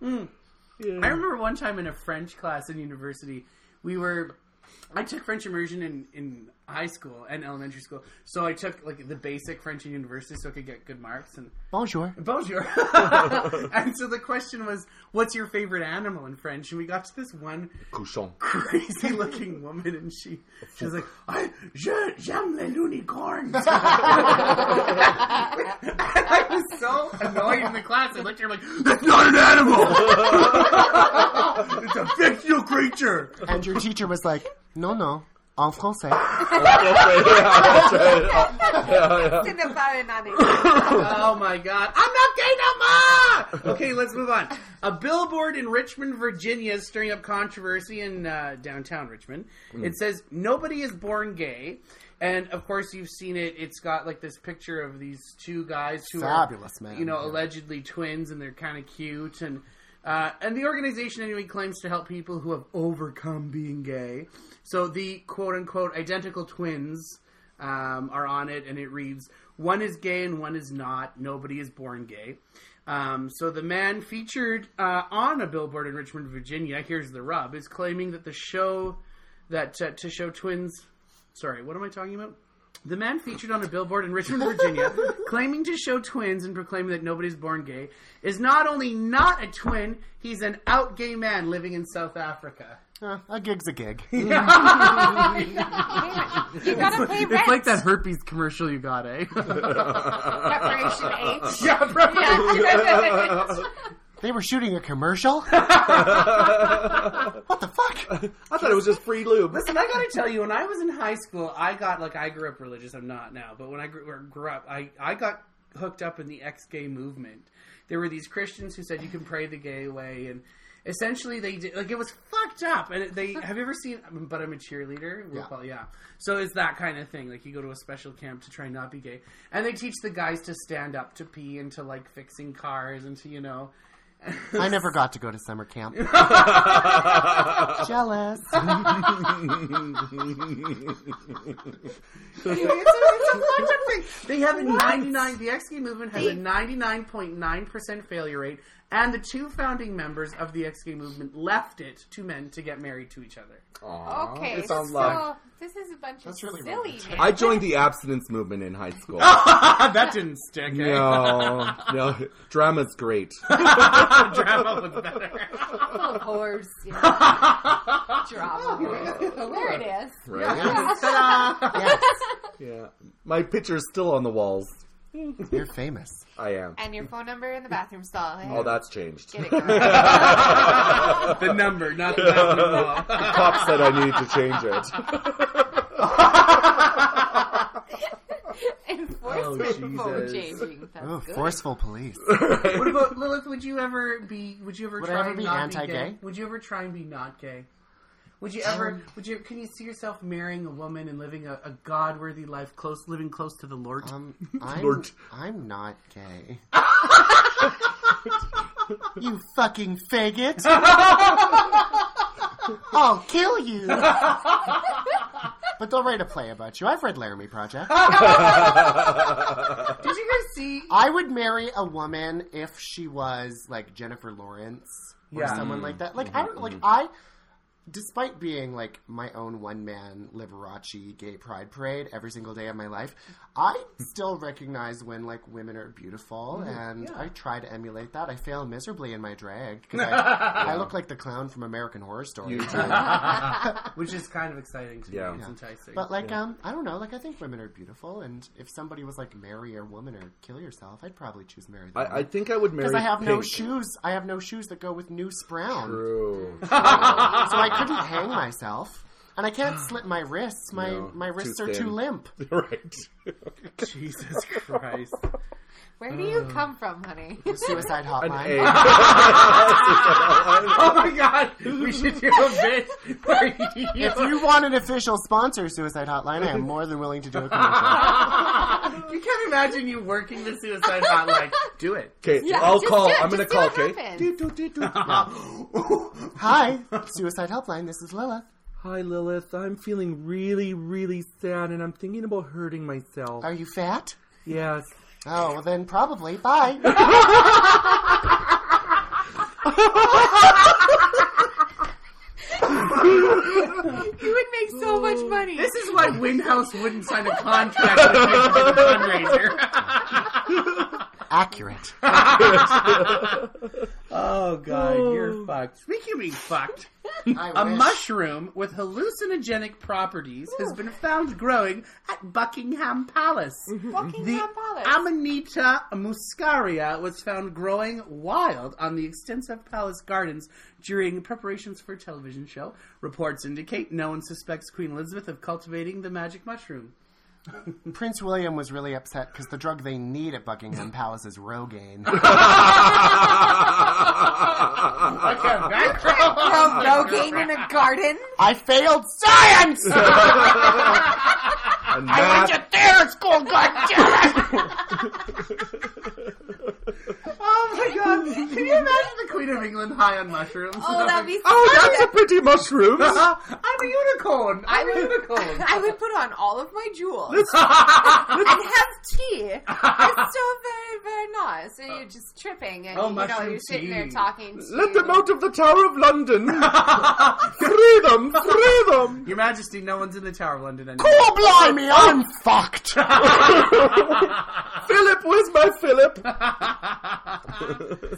Speaker 5: Mm. I remember one time in a French class in university, we were. I took French immersion in, in high school and elementary school, so I took like the basic French in university, so I could get good marks. And
Speaker 4: Bonjour.
Speaker 5: Bonjour. and so the question was, "What's your favorite animal in French?" And we got to this one
Speaker 2: Couchon.
Speaker 5: crazy looking woman, and she she was like, "I je j'aime les unicorns." and I was so annoyed in the class. I looked at her like, "That's not an animal. it's a fictional creature."
Speaker 4: And your teacher was like, "No, no, en français."
Speaker 3: It's about it, not it.
Speaker 5: Oh my god, I'm not gay no more. Okay, let's move on. A billboard in Richmond, Virginia, is stirring up controversy in uh, downtown Richmond.
Speaker 4: Hmm.
Speaker 5: It says nobody is born gay. And of course, you've seen it. It's got like this picture of these two guys who
Speaker 4: Fabulous
Speaker 5: are,
Speaker 4: man,
Speaker 5: you know,
Speaker 4: yeah.
Speaker 5: allegedly twins, and they're kind of cute. And uh, and the organization anyway claims to help people who have overcome being gay. So the quote unquote identical twins um, are on it, and it reads: one is gay and one is not. Nobody is born gay. Um, so the man featured uh, on a billboard in Richmond, Virginia. Here's the rub: is claiming that the show that uh, to show twins. Sorry, what am I talking about? The man featured on a billboard in Richmond, Virginia, claiming to show twins and proclaiming that nobody's born gay, is not only not a twin, he's an out gay man living in South Africa.
Speaker 4: Uh, a gig's a gig.
Speaker 3: You gotta pay rent.
Speaker 5: herpes commercial you got, eh?
Speaker 3: preparation H.
Speaker 5: yeah, bro.
Speaker 3: Yeah.
Speaker 4: They were shooting a commercial. what the fuck?
Speaker 2: I thought it was just free lube.
Speaker 5: Listen, I gotta tell you, when I was in high school, I got like I grew up religious. I'm not now, but when I grew, or grew up, I I got hooked up in the ex-gay movement. There were these Christians who said you can pray the gay away, and essentially they did like it was fucked up. And they have you ever seen? But I'm a cheerleader.
Speaker 4: Yeah.
Speaker 5: RuPaul, yeah. So it's that kind of thing. Like you go to a special camp to try and not be gay, and they teach the guys to stand up to pee and to like fixing cars and to you know.
Speaker 4: I never got to go to summer camp. Jealous.
Speaker 5: it's a, it's a fucked up thing. They have a 99, the X Gay movement has a 99.9% failure rate, and the two founding members of the X Gay movement left it to men to get married to each other.
Speaker 2: Aw,
Speaker 3: Okay,
Speaker 2: It
Speaker 3: so
Speaker 2: sounds like.
Speaker 3: this is a bunch
Speaker 4: That's
Speaker 3: of
Speaker 4: really
Speaker 3: silly
Speaker 4: romantic.
Speaker 3: men.
Speaker 2: I joined the abstinence movement in high school.
Speaker 3: Oh,
Speaker 5: that didn't stick. eh?
Speaker 2: No, no. Drama's great.
Speaker 5: Drama was better.
Speaker 3: Full horse, you know. Drama. there Oh, it is.
Speaker 2: Right?
Speaker 4: Yes,
Speaker 2: Yeah. My picture's still on the walls.
Speaker 4: you're famous.
Speaker 2: I am.
Speaker 3: And your phone number in the bathroom stall. Hey,
Speaker 2: Oh, that's changed.
Speaker 3: Get it girl.
Speaker 5: the number, not the bathroom wall.
Speaker 2: Pop said I needed to change it.
Speaker 3: Enforcement
Speaker 2: Jesus.
Speaker 3: vote changing. That's
Speaker 4: Ooh,
Speaker 3: good.
Speaker 4: forceful police.
Speaker 5: What about Lilith? Would you ever be? Would you ever
Speaker 4: Would I
Speaker 5: try
Speaker 4: ever
Speaker 5: and
Speaker 4: be
Speaker 5: not be
Speaker 4: anti-gay?
Speaker 5: gay? Would you ever try and be not gay? Would you
Speaker 4: Um,
Speaker 5: ever? Would you? Can you see yourself marrying a woman and living a, a God-worthy life, close, living close to the Lord?
Speaker 4: Um, I'm,
Speaker 2: Lord.
Speaker 4: I'm not gay. you fucking faggot! I'll kill you! but they'll write a play about you. I've read Laramie Project.
Speaker 5: Did you guys see?
Speaker 4: I would marry a woman if she was like Jennifer Lawrence or
Speaker 5: Yeah.
Speaker 4: someone like that. Like I don't
Speaker 2: Mm-hmm,
Speaker 4: like I despite being like my own one man Liberace gay pride parade every single day of my life, I still recognize when like women are beautiful
Speaker 2: Mm-hmm.
Speaker 4: and I try to emulate that. I fail miserably in my drag because I, I look like the clown from American Horror Story.
Speaker 2: You
Speaker 4: too.
Speaker 2: do.
Speaker 5: Which is kind of exciting to
Speaker 2: Yeah.
Speaker 5: me. It's
Speaker 2: Yeah.
Speaker 5: enticing.
Speaker 4: But like um I don't know, like I think women are beautiful and if somebody was like marry a woman or kill yourself, I'd probably choose marry them.
Speaker 2: I, I think I would marry
Speaker 4: Because I have no
Speaker 2: Pink.
Speaker 4: shoes. I have no shoes that go with Noose Brown.
Speaker 2: True.
Speaker 4: So I couldn't hang myself. And I can't slip my wrists. My
Speaker 2: No,
Speaker 4: my wrists
Speaker 2: too
Speaker 4: are too
Speaker 2: thin.
Speaker 4: limp.
Speaker 2: right.
Speaker 5: Jesus Christ!
Speaker 3: Where do you come from, honey?
Speaker 4: Suicide
Speaker 2: An
Speaker 4: hotline.
Speaker 2: egg.
Speaker 5: oh my God! We should do a bit where you,
Speaker 4: If you want an official sponsor, Suicide Hotline, I am more than willing to do a commercial.
Speaker 5: you can't imagine you working the suicide hotline. Do it.
Speaker 2: Okay,
Speaker 3: Yeah,
Speaker 2: I'll
Speaker 3: just
Speaker 2: call.
Speaker 3: do it,
Speaker 2: I'm gonna
Speaker 3: just
Speaker 2: call.
Speaker 3: see what
Speaker 2: Okay.
Speaker 3: happens.
Speaker 4: Hi, Suicide Helpline. This is Lilith.
Speaker 2: Hi, Lilith. I'm feeling really, really sad, and I'm thinking about hurting myself.
Speaker 4: Are you fat?
Speaker 2: Yes.
Speaker 4: Oh, well then probably. Bye.
Speaker 3: You would make so much money.
Speaker 5: This is why Windhouse wouldn't sign a contract with me for the fundraiser.
Speaker 4: Accurate.
Speaker 5: Oh god, you're fucked. Speaking of being fucked,
Speaker 4: I
Speaker 5: a
Speaker 4: wish.
Speaker 5: mushroom with hallucinogenic properties has been found growing at Buckingham Palace.
Speaker 3: Buckingham Palace.
Speaker 5: Amanita muscaria was found growing wild on the extensive palace gardens during preparations for a television show. Reports indicate no one suspects Queen Elizabeth of cultivating the magic mushroom.
Speaker 4: Prince William was really upset because the drug they need at Buckingham Palace is Rogaine.
Speaker 3: Grow Rogaine in a garden.
Speaker 4: I failed science!
Speaker 2: And that,
Speaker 4: There, school got
Speaker 5: Oh my god! Can you imagine the Queen of England high on mushrooms?
Speaker 3: Oh, that'd be.
Speaker 2: oh, that's a pretty mushroom.
Speaker 5: I'm a unicorn.
Speaker 3: I
Speaker 5: I'm a
Speaker 3: would,
Speaker 5: unicorn.
Speaker 3: I would put on all of my jewels and have tea. It's so very, very nice. So you're just tripping and
Speaker 5: Oh,
Speaker 3: you know
Speaker 5: mushroom
Speaker 3: you're sitting there
Speaker 5: tea.
Speaker 3: talking to
Speaker 2: Let them out of the Tower of London. free them, free them.
Speaker 5: Your Majesty, no one's in the Tower of London anymore.
Speaker 4: Oh, blimey, I'm fucked.
Speaker 2: Philip, where's my Philip?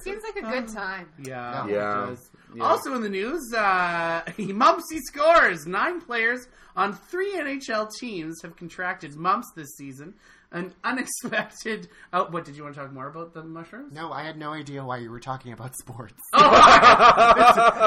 Speaker 3: Seems like a good time.
Speaker 5: Yeah.
Speaker 2: Yeah.
Speaker 5: it does. Also in the news, uh, Mumpsy scores. Nine players on three NHL teams have contracted mumps this season. An unexpected. Oh, what did you want to talk more about the mushrooms?
Speaker 4: No, I had no idea why you were talking about sports.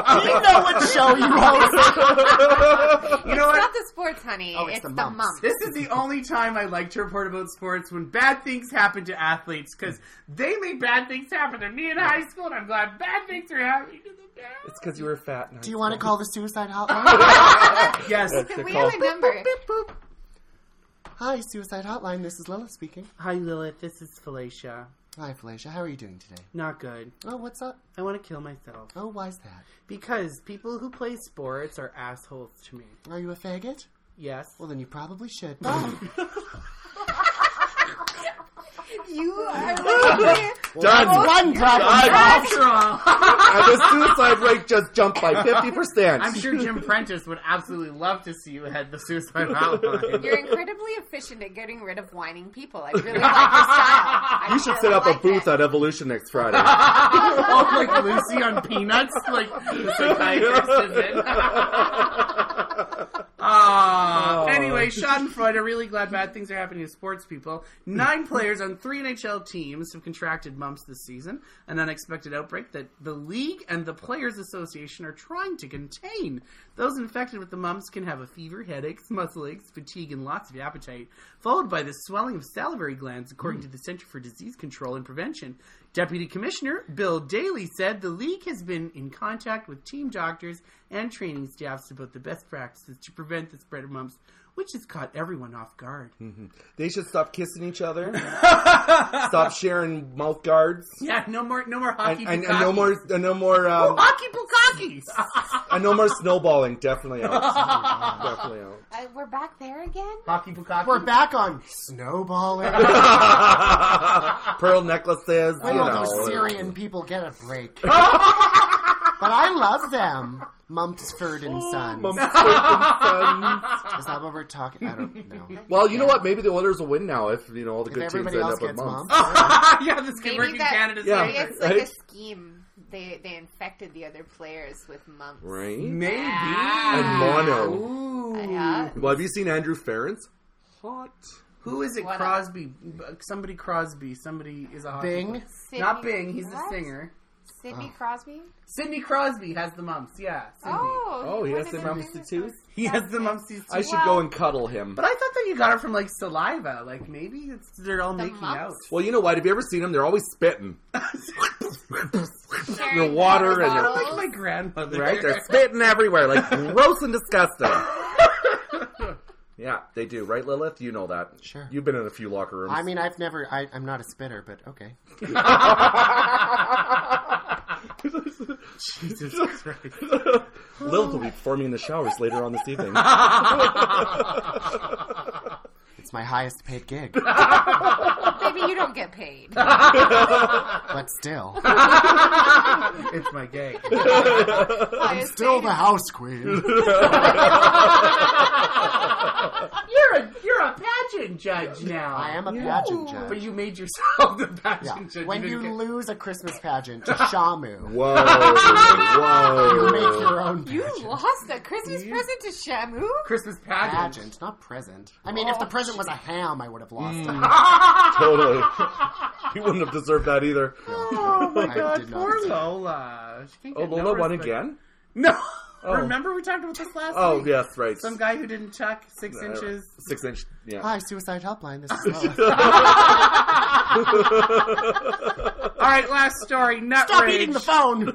Speaker 5: Oh,
Speaker 4: you know what show you host.
Speaker 5: you know
Speaker 3: It's
Speaker 5: what?
Speaker 3: not the sports, honey.
Speaker 4: Oh,
Speaker 3: it's,
Speaker 4: it's
Speaker 3: the
Speaker 4: the
Speaker 3: mumps.
Speaker 4: mumps.
Speaker 5: This is the only time I like to report about sports when bad things happen to athletes because they made bad things happen to me in high school, and I'm glad bad things are happening to them now.
Speaker 2: It's because you were fat.
Speaker 4: Do you want to call the suicide hotline?
Speaker 5: Yes.
Speaker 3: We have a number.
Speaker 4: Hi, suicide hotline. This is Lilith speaking.
Speaker 5: Hi, Lilith. This is Felicia.
Speaker 4: Hi, Felicia. How are you doing today?
Speaker 5: Not good.
Speaker 4: Oh, what's up?
Speaker 5: I want to kill myself.
Speaker 4: Oh, why's that?
Speaker 5: Because people who play sports are assholes to me.
Speaker 4: Are you a faggot?
Speaker 5: Yes.
Speaker 4: Well, then you probably should. Bye.
Speaker 3: You are literally
Speaker 2: Done.
Speaker 4: One problem.
Speaker 2: Done.
Speaker 5: After all,
Speaker 2: And the suicide rate just jumped by 50%.
Speaker 5: I'm sure Jim Prentice would absolutely love to see you head the suicide hotline.
Speaker 3: You're incredibly efficient at getting rid of whining people. I really like your style. I
Speaker 2: You should
Speaker 3: really
Speaker 2: set up a
Speaker 3: like
Speaker 2: booth
Speaker 3: it.
Speaker 2: at Evolution next Friday.
Speaker 5: oh, like Lucy on Peanuts, like the psychiatrist is in. Ah.
Speaker 2: Oh.
Speaker 5: Anyway, Schadenfreude. Really glad bad things are happening to sports people. Nine players on three NHL teams have contracted mumps this season, an unexpected outbreak that the league and the Players Association are trying to contain. Those infected with the mumps can have a fever, headaches, muscle aches, fatigue, and loss of appetite, followed by the swelling of salivary glands, according to the Center for Disease Control and Prevention. Deputy Commissioner Bill Daly said the league has been in contact with team doctors and training staffs about the best practices to prevent the spread of mumps, which has caught everyone off guard.
Speaker 2: Hmm. They should stop kissing each other. stop sharing mouth guards.
Speaker 5: Yeah, no more, no more
Speaker 2: And,
Speaker 5: hockey.
Speaker 2: and, and no
Speaker 5: bukkakis.
Speaker 2: more, and no more, um,
Speaker 5: hockey bukakis.
Speaker 2: and no more snowballing. Definitely out. Definitely out.
Speaker 3: Uh, we're back there again.
Speaker 5: hockey bukakis.
Speaker 4: We're back on snowballing.
Speaker 2: Pearl necklaces.
Speaker 4: When
Speaker 2: you
Speaker 4: will
Speaker 2: know.
Speaker 4: those Syrian people get a break? but I love them. Mumford
Speaker 2: Oh,
Speaker 4: and Sons.
Speaker 2: Mumford and Sons.
Speaker 4: Is that what we're talking? I don't know.
Speaker 2: Well, you know what? Maybe the Oilers will win now if you know all the
Speaker 4: If
Speaker 2: good teams
Speaker 4: everybody
Speaker 2: end
Speaker 4: else
Speaker 2: up with
Speaker 4: gets
Speaker 2: mumps.
Speaker 4: mumps,
Speaker 5: yeah, this could work
Speaker 3: Maybe
Speaker 5: in
Speaker 3: that
Speaker 5: Canada's
Speaker 2: Yeah.
Speaker 3: maybe
Speaker 5: favor.
Speaker 3: it's like a
Speaker 2: right?
Speaker 3: scheme. They they infected the other players with mumps.
Speaker 2: Right?
Speaker 5: Maybe.
Speaker 2: And mono.
Speaker 5: Ooh.
Speaker 3: Uh, Yeah.
Speaker 2: Well, have you seen Andrew Ferrens?
Speaker 5: Hot. Who is it?
Speaker 3: What
Speaker 5: Crosby. Somebody Crosby. Somebody is a hockey
Speaker 4: Bing.
Speaker 5: player.
Speaker 3: Sidney-
Speaker 5: Not Bing. He's a
Speaker 3: what?
Speaker 5: singer.
Speaker 3: Sidney
Speaker 2: Oh.
Speaker 3: Crosby.
Speaker 5: Sidney Crosby has the mumps. Yeah. Sidney.
Speaker 3: Oh,
Speaker 2: Oh, he
Speaker 3: one
Speaker 2: has
Speaker 3: of
Speaker 2: the
Speaker 3: them
Speaker 2: mumps
Speaker 3: is-
Speaker 2: too?
Speaker 5: He has the mumps. He's
Speaker 2: I should go and cuddle him.
Speaker 5: But I thought that you got it from like saliva. Like maybe it's, they're all
Speaker 3: The
Speaker 5: making out.
Speaker 3: mumps?
Speaker 2: Well, you know what? Have you ever seen them? They're always spitting.
Speaker 3: Sharing
Speaker 2: Your water
Speaker 3: water
Speaker 2: and
Speaker 5: Kind
Speaker 2: your
Speaker 5: of
Speaker 3: bottles.
Speaker 5: like my grandmother.
Speaker 2: right? They're spitting everywhere, like gross and disgusting. yeah, they do, right, Lilith? You know that.
Speaker 4: Sure.
Speaker 2: You've been in a few locker rooms.
Speaker 4: I mean, I've never. I, I'm not a spitter, but okay.
Speaker 5: Jesus Christ.
Speaker 2: Lilith will be performing in the showers later on this evening.
Speaker 4: It's my highest paid gig,
Speaker 3: Maybe you don't get paid.
Speaker 4: but still,
Speaker 5: it's my gay.
Speaker 3: I'm
Speaker 4: still the house queen.
Speaker 5: You're a you're a pageant judge now.
Speaker 4: I am a pageant judge.
Speaker 5: But you made yourself the pageant
Speaker 4: Yeah.
Speaker 5: judge.
Speaker 4: When you
Speaker 5: didn't get-
Speaker 4: lose a Christmas pageant to Shamu,
Speaker 2: Whoa.
Speaker 4: you make
Speaker 2: Whoa.
Speaker 4: your own
Speaker 3: You
Speaker 4: pageant.
Speaker 3: lost a Christmas present to Shamu?
Speaker 5: Christmas pageant.
Speaker 4: Pageant, not present. I mean, if the present was a ham, I would have lost it.
Speaker 5: Mm.
Speaker 2: totally. He wouldn't have deserved that either.
Speaker 5: Oh my
Speaker 4: I
Speaker 5: god,
Speaker 4: did not
Speaker 5: poor
Speaker 4: expect-
Speaker 5: Lola. She can't
Speaker 2: Oh,
Speaker 5: get no
Speaker 2: Lola won
Speaker 5: respect.
Speaker 2: again?
Speaker 5: No.
Speaker 2: Oh.
Speaker 5: Remember we talked about this last
Speaker 2: Oh,
Speaker 5: week?
Speaker 2: yes, right.
Speaker 5: Some guy who didn't tuck six
Speaker 2: Uh,
Speaker 5: inches.
Speaker 2: Six inch. Yeah.
Speaker 4: Hi, Suicide Helpline. This is Lois.
Speaker 5: All right, last story. Nut
Speaker 4: Stop
Speaker 5: rage.
Speaker 4: eating the phone.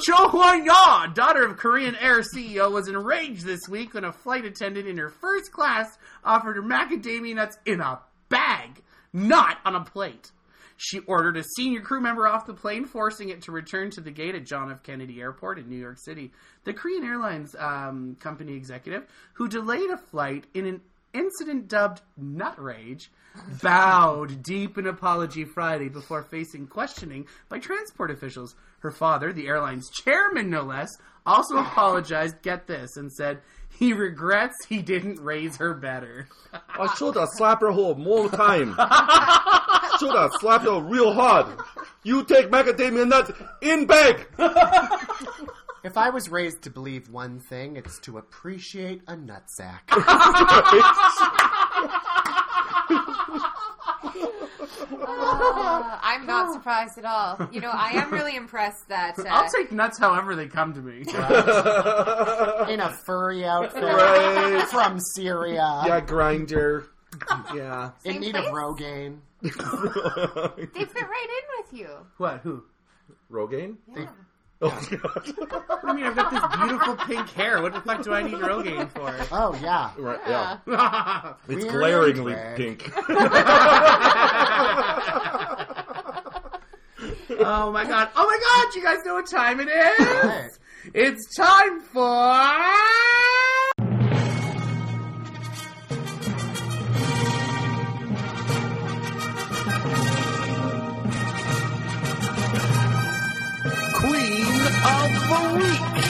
Speaker 5: Cho Hwan Ya, daughter of Korean Air CEO, was enraged this week when a flight attendant in her first class offered her macadamia nuts in a bag, not on a plate. She ordered a senior crew member off the plane, forcing it to return to the gate at John F. Kennedy Airport in New York City. The Korean Airlines um, company executive, who delayed a flight in an incident dubbed Nut Rage, bowed deep in apology Friday before facing questioning by transport officials. Her father, the airline's chairman no less, also apologized, get this, and said he regrets he didn't raise her better.
Speaker 2: Oh, I should have slapped her home more time. should have slapped her real hard. You take macadamia nuts in bag.
Speaker 4: If I was raised to believe one thing, it's to appreciate a nutsack.
Speaker 3: Uh, I'm not surprised at all. You know, I am really impressed that. Uh,
Speaker 5: I'll take nuts however they come to me.
Speaker 4: In a furry outfit
Speaker 2: Right.
Speaker 4: from Syria.
Speaker 2: Yeah, grinder. Yeah.
Speaker 4: in
Speaker 3: Same
Speaker 4: need
Speaker 3: place?
Speaker 4: of Rogaine.
Speaker 3: They fit right in with you.
Speaker 5: what? Who?
Speaker 2: Rogaine?
Speaker 3: Yeah.
Speaker 2: Oh, God.
Speaker 5: I mean, I've got this beautiful pink hair. What the fuck do I need Rogaine for?
Speaker 4: Oh, yeah.
Speaker 2: Right, yeah. It's
Speaker 4: Weird
Speaker 2: glaringly
Speaker 4: bag.
Speaker 2: pink.
Speaker 5: Oh my god. Oh my god, you guys know what time it is?
Speaker 4: Hey.
Speaker 5: It's time for
Speaker 2: Queen of the Week.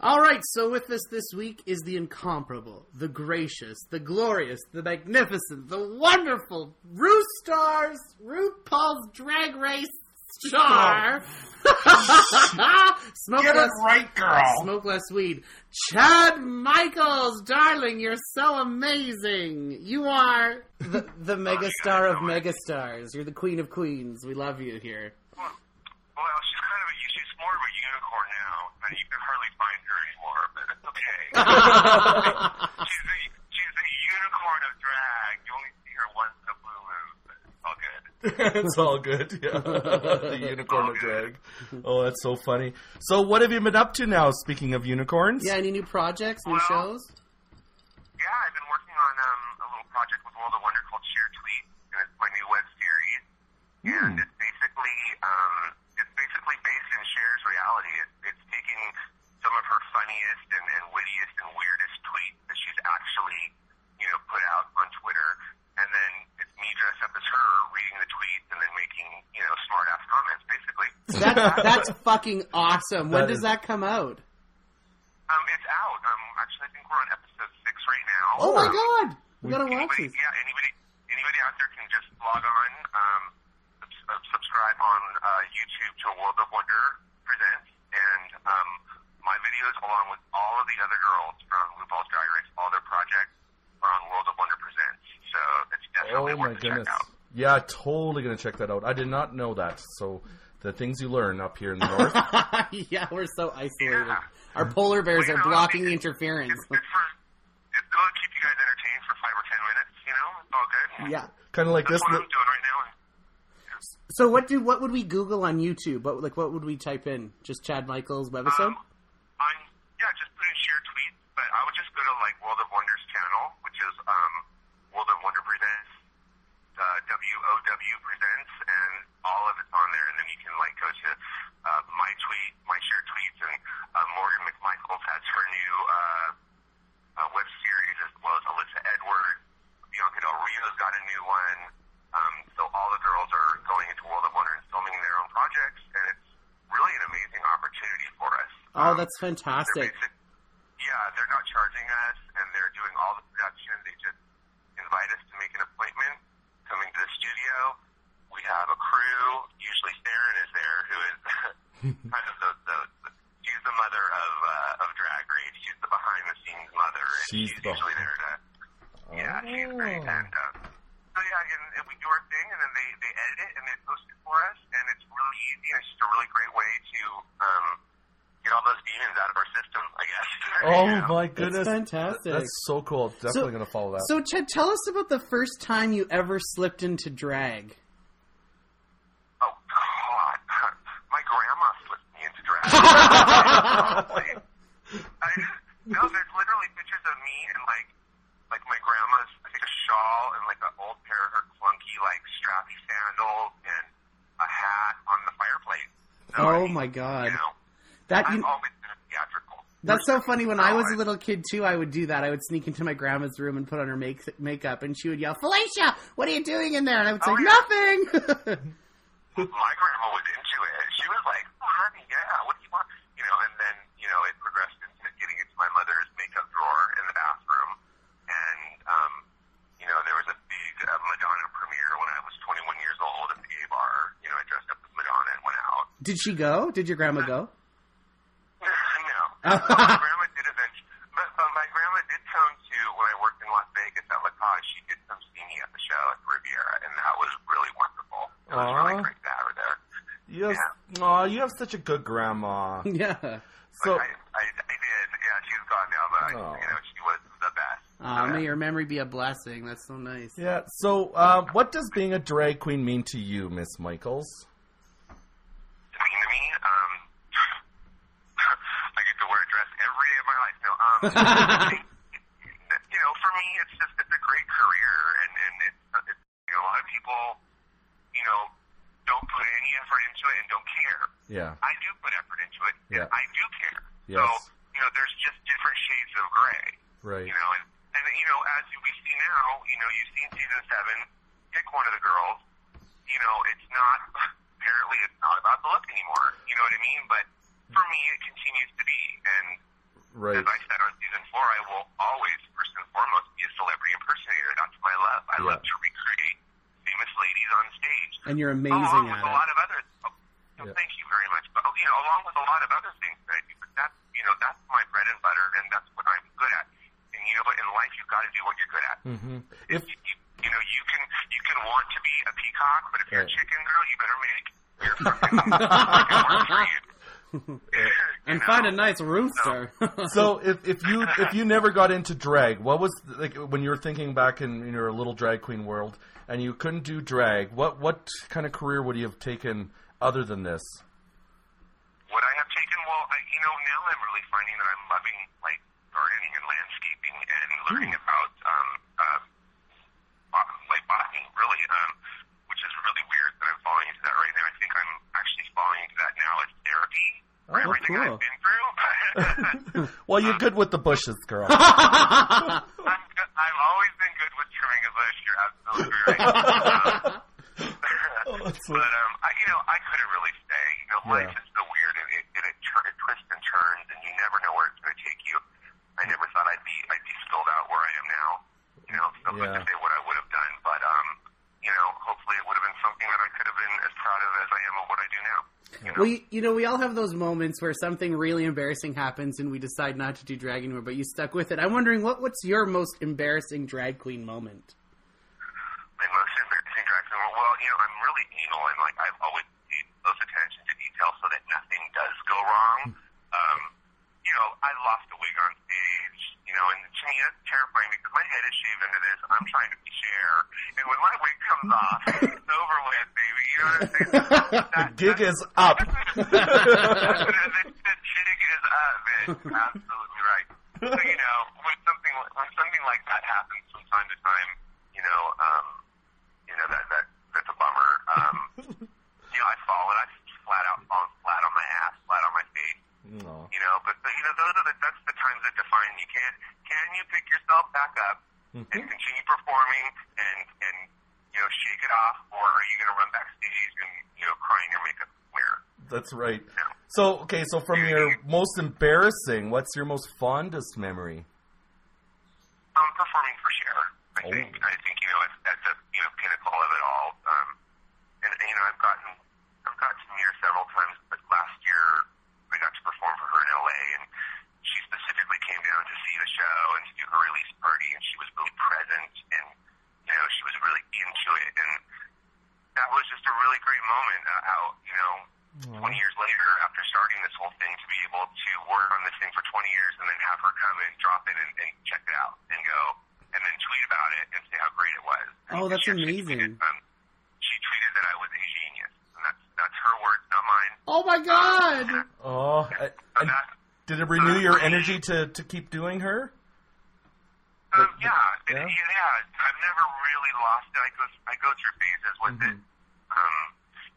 Speaker 5: All right, so with us this week is the incomparable, the gracious, the glorious, the magnificent, the wonderful Roo Stars, RuPaul's Drag Race star. Smoke
Speaker 7: Get it
Speaker 5: less-
Speaker 7: right, girl.
Speaker 5: Smoke less weed. Chad Michaels, darling, you're so amazing. You are the, the megastar of megastars. You're the queen of queens. We love you here.
Speaker 7: Well, she's kind of a she's more of a unicorn now, and you can hardly find her anymore. But it's okay. she's the she's the unicorn of drag. You only see her once in a blue moon, but it's all good.
Speaker 8: it's all good. Yeah. the unicorn of drag. Oh, that's so funny. So, what have you been up to now? Speaking of unicorns,
Speaker 5: Yeah, any new projects, new shows?
Speaker 7: Yeah, I've been working on um, a little project with World of Wonder called Share Tweet, and it's my new web series. And
Speaker 5: Hmm.
Speaker 7: it's basically um, it's basically based in Cher's reality. It, it's taking some of her funniest and, and wittiest and weirdest tweets that she's actually you know put out on Twitter, and then it's me dressed up as her reading the tweets and then making you know smart ass comments basically.
Speaker 5: That's, that's fucking awesome. When
Speaker 8: That
Speaker 5: does
Speaker 8: is-
Speaker 5: that come out?
Speaker 7: Um, it's out. Um, actually, I think we're on episode six right now.
Speaker 5: Oh my
Speaker 7: Um,
Speaker 5: god! We gotta watch
Speaker 7: anybody,
Speaker 5: this.
Speaker 7: Yeah, anybody, anybody out there can just log on, um, subs- uh, subscribe on uh, YouTube to World of Wonder Presents, and um, my videos, along with all of the other girls from RuPaul's Drag Race, all their projects are on World of Wonder Presents. So it's
Speaker 8: Oh
Speaker 7: definitely
Speaker 8: my
Speaker 7: worth a
Speaker 8: goodness.
Speaker 7: check out.
Speaker 8: Yeah, totally gonna check that out. I did not know that. So the things you learn up here in the north.
Speaker 5: yeah, we're so isolated.
Speaker 7: Yeah.
Speaker 5: Our polar bears are
Speaker 7: Well, you know,
Speaker 5: blocking the
Speaker 7: it-
Speaker 5: interference.
Speaker 7: It's good for. It, it'll keep you guys entertained for five or ten minutes. You know, it's all good.
Speaker 5: Yeah.
Speaker 8: kind of like
Speaker 7: That's
Speaker 8: this.
Speaker 7: what I'm doing right now.
Speaker 5: So what do what would we Google on YouTube? What like what would we type in? Just Chad Michaels webisode?
Speaker 7: Um, on yeah, just put in share tweet, but I would just go to like World of Wonders channel, which is um, World of Wonder Presents, uh, WOW Presents, and all of it's on there. And then you can like go to uh, my tweet, my share tweets, and uh, Morgan McMichaels has her new uh, uh, web series, as well as Alyssa Edwards. Bianca Del Rio's got a new one. Um, so all the girls are going into World of Wonder and filming their own projects, and it's really an amazing opportunity for us.
Speaker 5: oh,
Speaker 7: Um,
Speaker 5: that's fantastic.
Speaker 7: they're basic, yeah, they're not charging us, and they're doing all the production. They just invite us to make an appointment, coming to the studio. We have a crew. Usually, Theron is there, who is kind of the, the, the she's the mother of uh, of Drag Race. She's the behind the scenes mother, and
Speaker 8: She's
Speaker 7: she's,
Speaker 8: the- Oh.
Speaker 7: usually there to. Yeah, she's great, and um, so yeah, and, and we do our thing, and then they they edit it and they post it for us, and it's really easy. And it's just a really great way to um, get all those demons out of our system, I guess.
Speaker 8: Oh
Speaker 7: Yeah.
Speaker 8: my
Speaker 5: That's
Speaker 8: goodness.
Speaker 5: fantastic.
Speaker 8: That's so cool. Definitely gonna follow that.
Speaker 5: So Chad, tell us about the first time you ever slipped into drag.
Speaker 7: Oh God, my grandma slipped me into drag. I, no, there's literally pictures of me and like, like my grandma's I think a shawl and like an old pair of her clunky like strappy sandals and a hat on the fireplace. So, I
Speaker 5: Oh
Speaker 7: mean,
Speaker 5: my god.
Speaker 7: You know,
Speaker 5: That you,
Speaker 7: I've always been theatrical.
Speaker 5: that's so funny. When I was a
Speaker 7: God.
Speaker 5: little kid too, I would do that. I would sneak into my grandma's room and put on her make, makeup, and she would yell, "Felicia, what are you doing in there?" And I would say,
Speaker 7: Oh,
Speaker 5: "Nothing."
Speaker 7: my grandma was into it. She was like, oh, honey, yeah, what do you want? You know, and then, you know, it progressed into getting into my mother's makeup drawer in the bathroom. And, um, you know, there was a big uh, Madonna premiere when I was 21 years old at the gay bar. You know, I dressed up as Madonna and went out.
Speaker 5: Did she go? Did your grandma go?
Speaker 7: no. my grandma did eventually. But, but my grandma did come to, when I worked in Las Vegas at La Cage, she did come see me at the show at the Riviera, and that was really wonderful. It was really
Speaker 8: Aw.
Speaker 7: great to have her there.
Speaker 8: you have, aw, you have such a good grandma.
Speaker 5: yeah.
Speaker 8: So
Speaker 7: I, I, I did. Yeah, she's gone now, but
Speaker 8: Oh.
Speaker 7: you know, she was the best.
Speaker 5: Aw, may your memory be a blessing. That's so nice.
Speaker 8: yeah. So uh, what does being a drag queen mean to you, Miss Michaels?
Speaker 7: I mean, to me, um, I get to wear a dress every day of my life. No, um, you know, for me, it's just it's a great career, and and it's, it's you know, a lot of people, you know, don't put any effort into it and don't care.
Speaker 8: Yeah.
Speaker 7: I do put effort into it. and
Speaker 8: Yeah.
Speaker 7: I do care. So,
Speaker 8: Yes.
Speaker 7: you know, there's just different shades of gray.
Speaker 8: Right.
Speaker 7: You know, and, and you know, as we see now, you know, you've seen season seven, pick one of the girls. You know, it's not apparently it's not about the look anymore. You know what I mean? But for me, it continues to be, and
Speaker 2: Right.
Speaker 7: As I said on season four, I will always, first and foremost, be a celebrity impersonator. That's my love. I
Speaker 2: Yeah.
Speaker 7: love to recreate famous ladies on stage.
Speaker 5: And you're amazing
Speaker 7: along Uh-huh. with
Speaker 5: at
Speaker 7: a
Speaker 5: it.
Speaker 7: lot of other. Oh, no,
Speaker 2: Yeah.
Speaker 7: Thank you very much. But you know, along with a lot of other things that I do, but that's you know that's my bread and butter, and that's what I'm good at. And you know what? In life, you've got to do what you're good at.
Speaker 8: hmm If
Speaker 7: You, you, you know, you can you can want to be a peacock, but if you're a
Speaker 2: Right.
Speaker 7: chicken girl, you better make your fucking fucking work for you.
Speaker 5: And
Speaker 7: You
Speaker 5: find a
Speaker 7: know?
Speaker 5: nice rooster.
Speaker 8: so, if, if you if you never got into drag, what was like when you were thinking back in, in your little drag queen world, and you couldn't do drag? What what kind of career would you have taken other than this?
Speaker 7: Would I have taken? Well, I, you know, now I'm really finding that I'm loving like gardening and landscaping and learning
Speaker 5: Hmm.
Speaker 7: about um, um, bo- like botany, really, um, which is really weird that I'm falling into that right now. I think I'm actually falling into that now as therapy for
Speaker 5: Oh,
Speaker 7: everything
Speaker 5: cool.
Speaker 7: I've been through.
Speaker 8: Well, you're good with the bushes, girl.
Speaker 7: I'm, go- I've always been good with trimming a bush. You're absolutely right.
Speaker 5: Oh,
Speaker 7: Um,
Speaker 8: That's
Speaker 7: But um, I, you know, I couldn't really say. You know, life
Speaker 8: Yeah.
Speaker 7: is so weird, and it, and it, tur- it twists and turns, and you never know where it's going to take you. I never thought I'd be I'd be spilled out where I am now. You know, so good to
Speaker 8: Yeah.
Speaker 7: say what I would have done, but um, you know, hopefully it would have been something that I could have been as proud of as I am of what I do now. You know,
Speaker 5: Well, you, you know, we all have those moments where something really embarrassing happens and we decide not to do drag anymore, but you stuck with it. I'm wondering what what's your most embarrassing drag queen moment?
Speaker 7: my most embarrassing drag queen. Well, well, you know, I'm really anal, and like I've always paid close attention to detail so that nothing does go wrong.
Speaker 8: Hmm.
Speaker 7: Um, you know, I lost a wig on stage. You know, and to me that's terrifying because my head is shaved under this. I'm trying to be Cher, and when my wig comes off, it's over with, baby. You know what I'm saying?
Speaker 8: The gig is up.
Speaker 7: the, the jig is up, man. Absolutely right. So you know, when something when something like that happens from time to time, you know, um, you know that that that's a bummer. Um, you know, I fall and I flat out fall flat on my ass, flat on my face.
Speaker 8: No.
Speaker 7: You know, but but, you know those are the that's the times that define you. Can can you pick yourself back up and continue performing and and you know shake it off, or are you going to run backstage and you know crying your makeup wear?
Speaker 8: That's right. So, okay, so from your most embarrassing, what's your most fondest memory?
Speaker 7: Um, performing for Cher, I
Speaker 8: Oh.
Speaker 7: think. I think you know it's at the you know pinnacle of it all. Um, and you know I've gotten I've gotten here several times, but last year I got to perform for her in L.A. and she specifically came down to see the show and to do her release party, and she was really present and you know she was really into it, and that was just a really great moment. Uh, how you know. 20 years later, after starting this whole thing, to be able to work on this thing for 20 years and then have her come and drop it and, and check it out and go and then tweet about it and say how great it was.
Speaker 5: Oh, that's
Speaker 7: She actually
Speaker 5: amazing.
Speaker 7: tweeted, um, she tweeted that I was a genius. And that's, that's her words, not mine.
Speaker 5: Oh my god!
Speaker 8: Oh, I-
Speaker 7: So
Speaker 8: and
Speaker 7: that,
Speaker 8: did it renew your energy to, to keep doing her?
Speaker 7: um, yeah,
Speaker 8: yeah?
Speaker 7: it, yeah, yeah. I've never really lost it. I go, I go through phases with it.
Speaker 8: Mm-hmm.
Speaker 7: Um,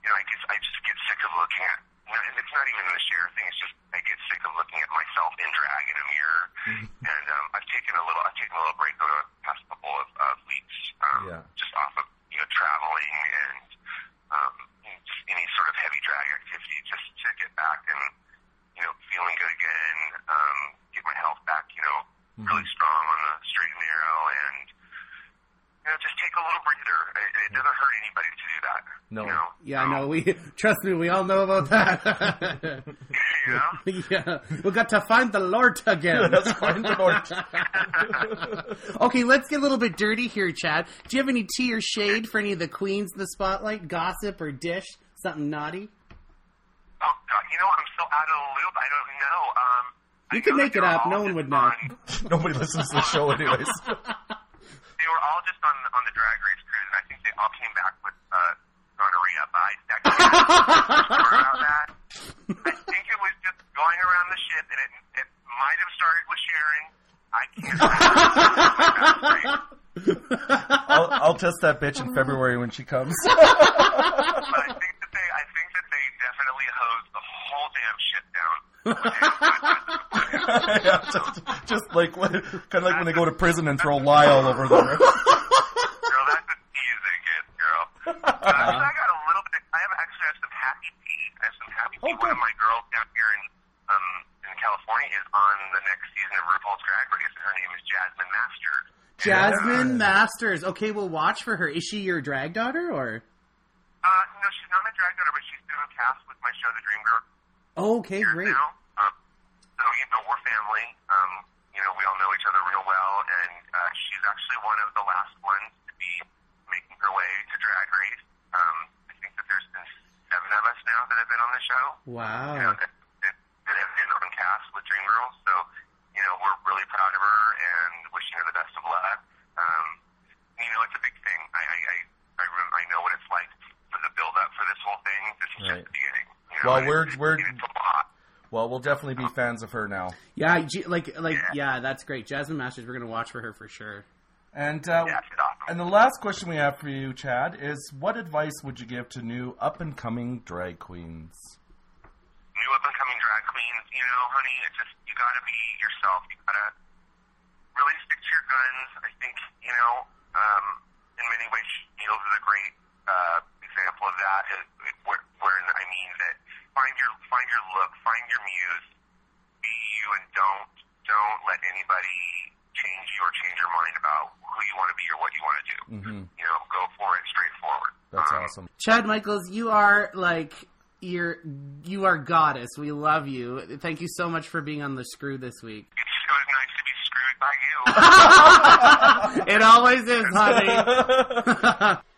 Speaker 7: you know, I guess I just get sick of looking at. And it's not even the share thing. It's just I get sick of looking at myself in drag in a mirror.
Speaker 8: Mm-hmm.
Speaker 7: and um, I've taken a little. I've taken a little break over the past couple of uh, weeks. Um,
Speaker 8: Yeah.
Speaker 7: Just off of you know traveling and um, you know, just any sort of heavy drag activity, just to get back and you know feeling good again. Um, get my health back. You know,
Speaker 5: Mm-hmm.
Speaker 7: really strong on the straight and narrow and. You know, just take a little breather. It, it
Speaker 8: No.
Speaker 7: doesn't hurt anybody to do that. You know?
Speaker 5: Yeah, I know. We trust me, we all know about that.
Speaker 7: you know?
Speaker 5: yeah, we got to find the Lord again.
Speaker 8: That's fine, Lord.
Speaker 5: okay, let's get a little bit dirty here, Chad. Do you have any tea or shade for any of the queens in the spotlight? Gossip or dish? Something naughty?
Speaker 7: Oh God, you know I'm so out of the loop. I don't know. Um, I
Speaker 5: You can
Speaker 7: know
Speaker 5: make
Speaker 7: that
Speaker 5: it
Speaker 7: they're
Speaker 5: up.
Speaker 7: all
Speaker 5: No one
Speaker 7: just
Speaker 5: would know.
Speaker 7: on-
Speaker 8: Nobody listens to the show, anyways.
Speaker 7: they were all just on on the drag race cruise, and I think they all came back with uh, gonorrhea. But I, I can't remember about that. I think it was just going around the ship, and it, it might have started with Sharon. I can't. remember.
Speaker 8: I'll, I'll test that bitch in February when she comes.
Speaker 7: but I think that they, I think that they definitely hosed the whole damn ship down.
Speaker 8: Yeah, just, just like kind of like when they go to prison and throw lye all over them.
Speaker 7: Girl, that's as tea as they get, girl. Uh, actually, I got a little bit. I have actually have some happy tea. I have some happy tea. One of my girls down here in um in California is on the next season of RuPaul's Drag Race, and her name is Jasmine Masters.
Speaker 5: Jasmine Masters. Okay, we'll watch for her. Is she your drag daughter or?
Speaker 7: Uh, no, she's not my drag daughter, but she's been on cast with my show, The Dream Girl,
Speaker 5: Oh, okay, great.
Speaker 7: now. Um, so, you know, we're family. Um, you know, we all know each other real well, and uh, she's actually one of the last ones to be making her way to Drag Race. Um, I think that there's been seven of us now that have been on the show. You know,
Speaker 5: Wow.
Speaker 7: that, that, that have been on cast with Dream Girl. So, you know, we're really proud of her and wishing her the best of luck. Um, you know, it's a big thing. I, I, I, I, rem- I know what it's like for the build up for this whole thing. This is
Speaker 8: Right.
Speaker 7: just the beginning. You know,
Speaker 8: Well,
Speaker 7: and
Speaker 8: we're-
Speaker 7: it's-
Speaker 8: we're-
Speaker 7: it's a lot.
Speaker 8: Well, we'll definitely be fans of her now.
Speaker 5: Yeah, G- like like yeah, that's great. Jasmine Masters. We're gonna watch for her for sure.
Speaker 8: And uh,
Speaker 7: Yeah, it's awesome.
Speaker 8: and the last question we have for you, Chad, is what advice would you give to new up and coming drag queens?
Speaker 7: new up and coming drag queens, you know, honey, it's just you gotta be yourself. You gotta really stick to your guns. I think, you know, um, in many ways, Needles is a great uh, example of that. Is is where, wherein I mean that find your find your look, find your muse, be you, and don't don't let anybody change you or change your mind about who you want to be or what you want to do.
Speaker 8: Mhm.
Speaker 7: You know, go for it straight forward.
Speaker 8: That's
Speaker 7: um,
Speaker 8: awesome.
Speaker 5: Chad Michaels, you are like you're you are goddess. We love you. Thank you so much for being on the screw this week.
Speaker 7: It was nice to be screwed by you.
Speaker 5: It always is, honey.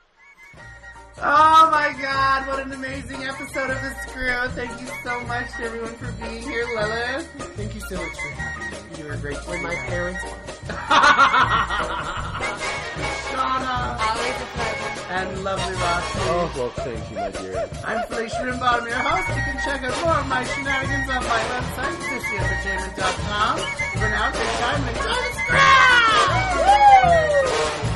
Speaker 1: Oh my god, what an amazing episode of The Screw. Thank you so much to everyone for being here, Lilith.
Speaker 4: Thank you so much for having me. You were great. When my parents
Speaker 3: Always a pleasure.
Speaker 1: And lovely Roxy.
Speaker 2: Oh, well, thank you, my dear.
Speaker 1: I'm Felicia Rimbottom, your host. You can check out more of my shenanigans on my website, sissyentertainment.com. For now, take time and time to screw! Woo!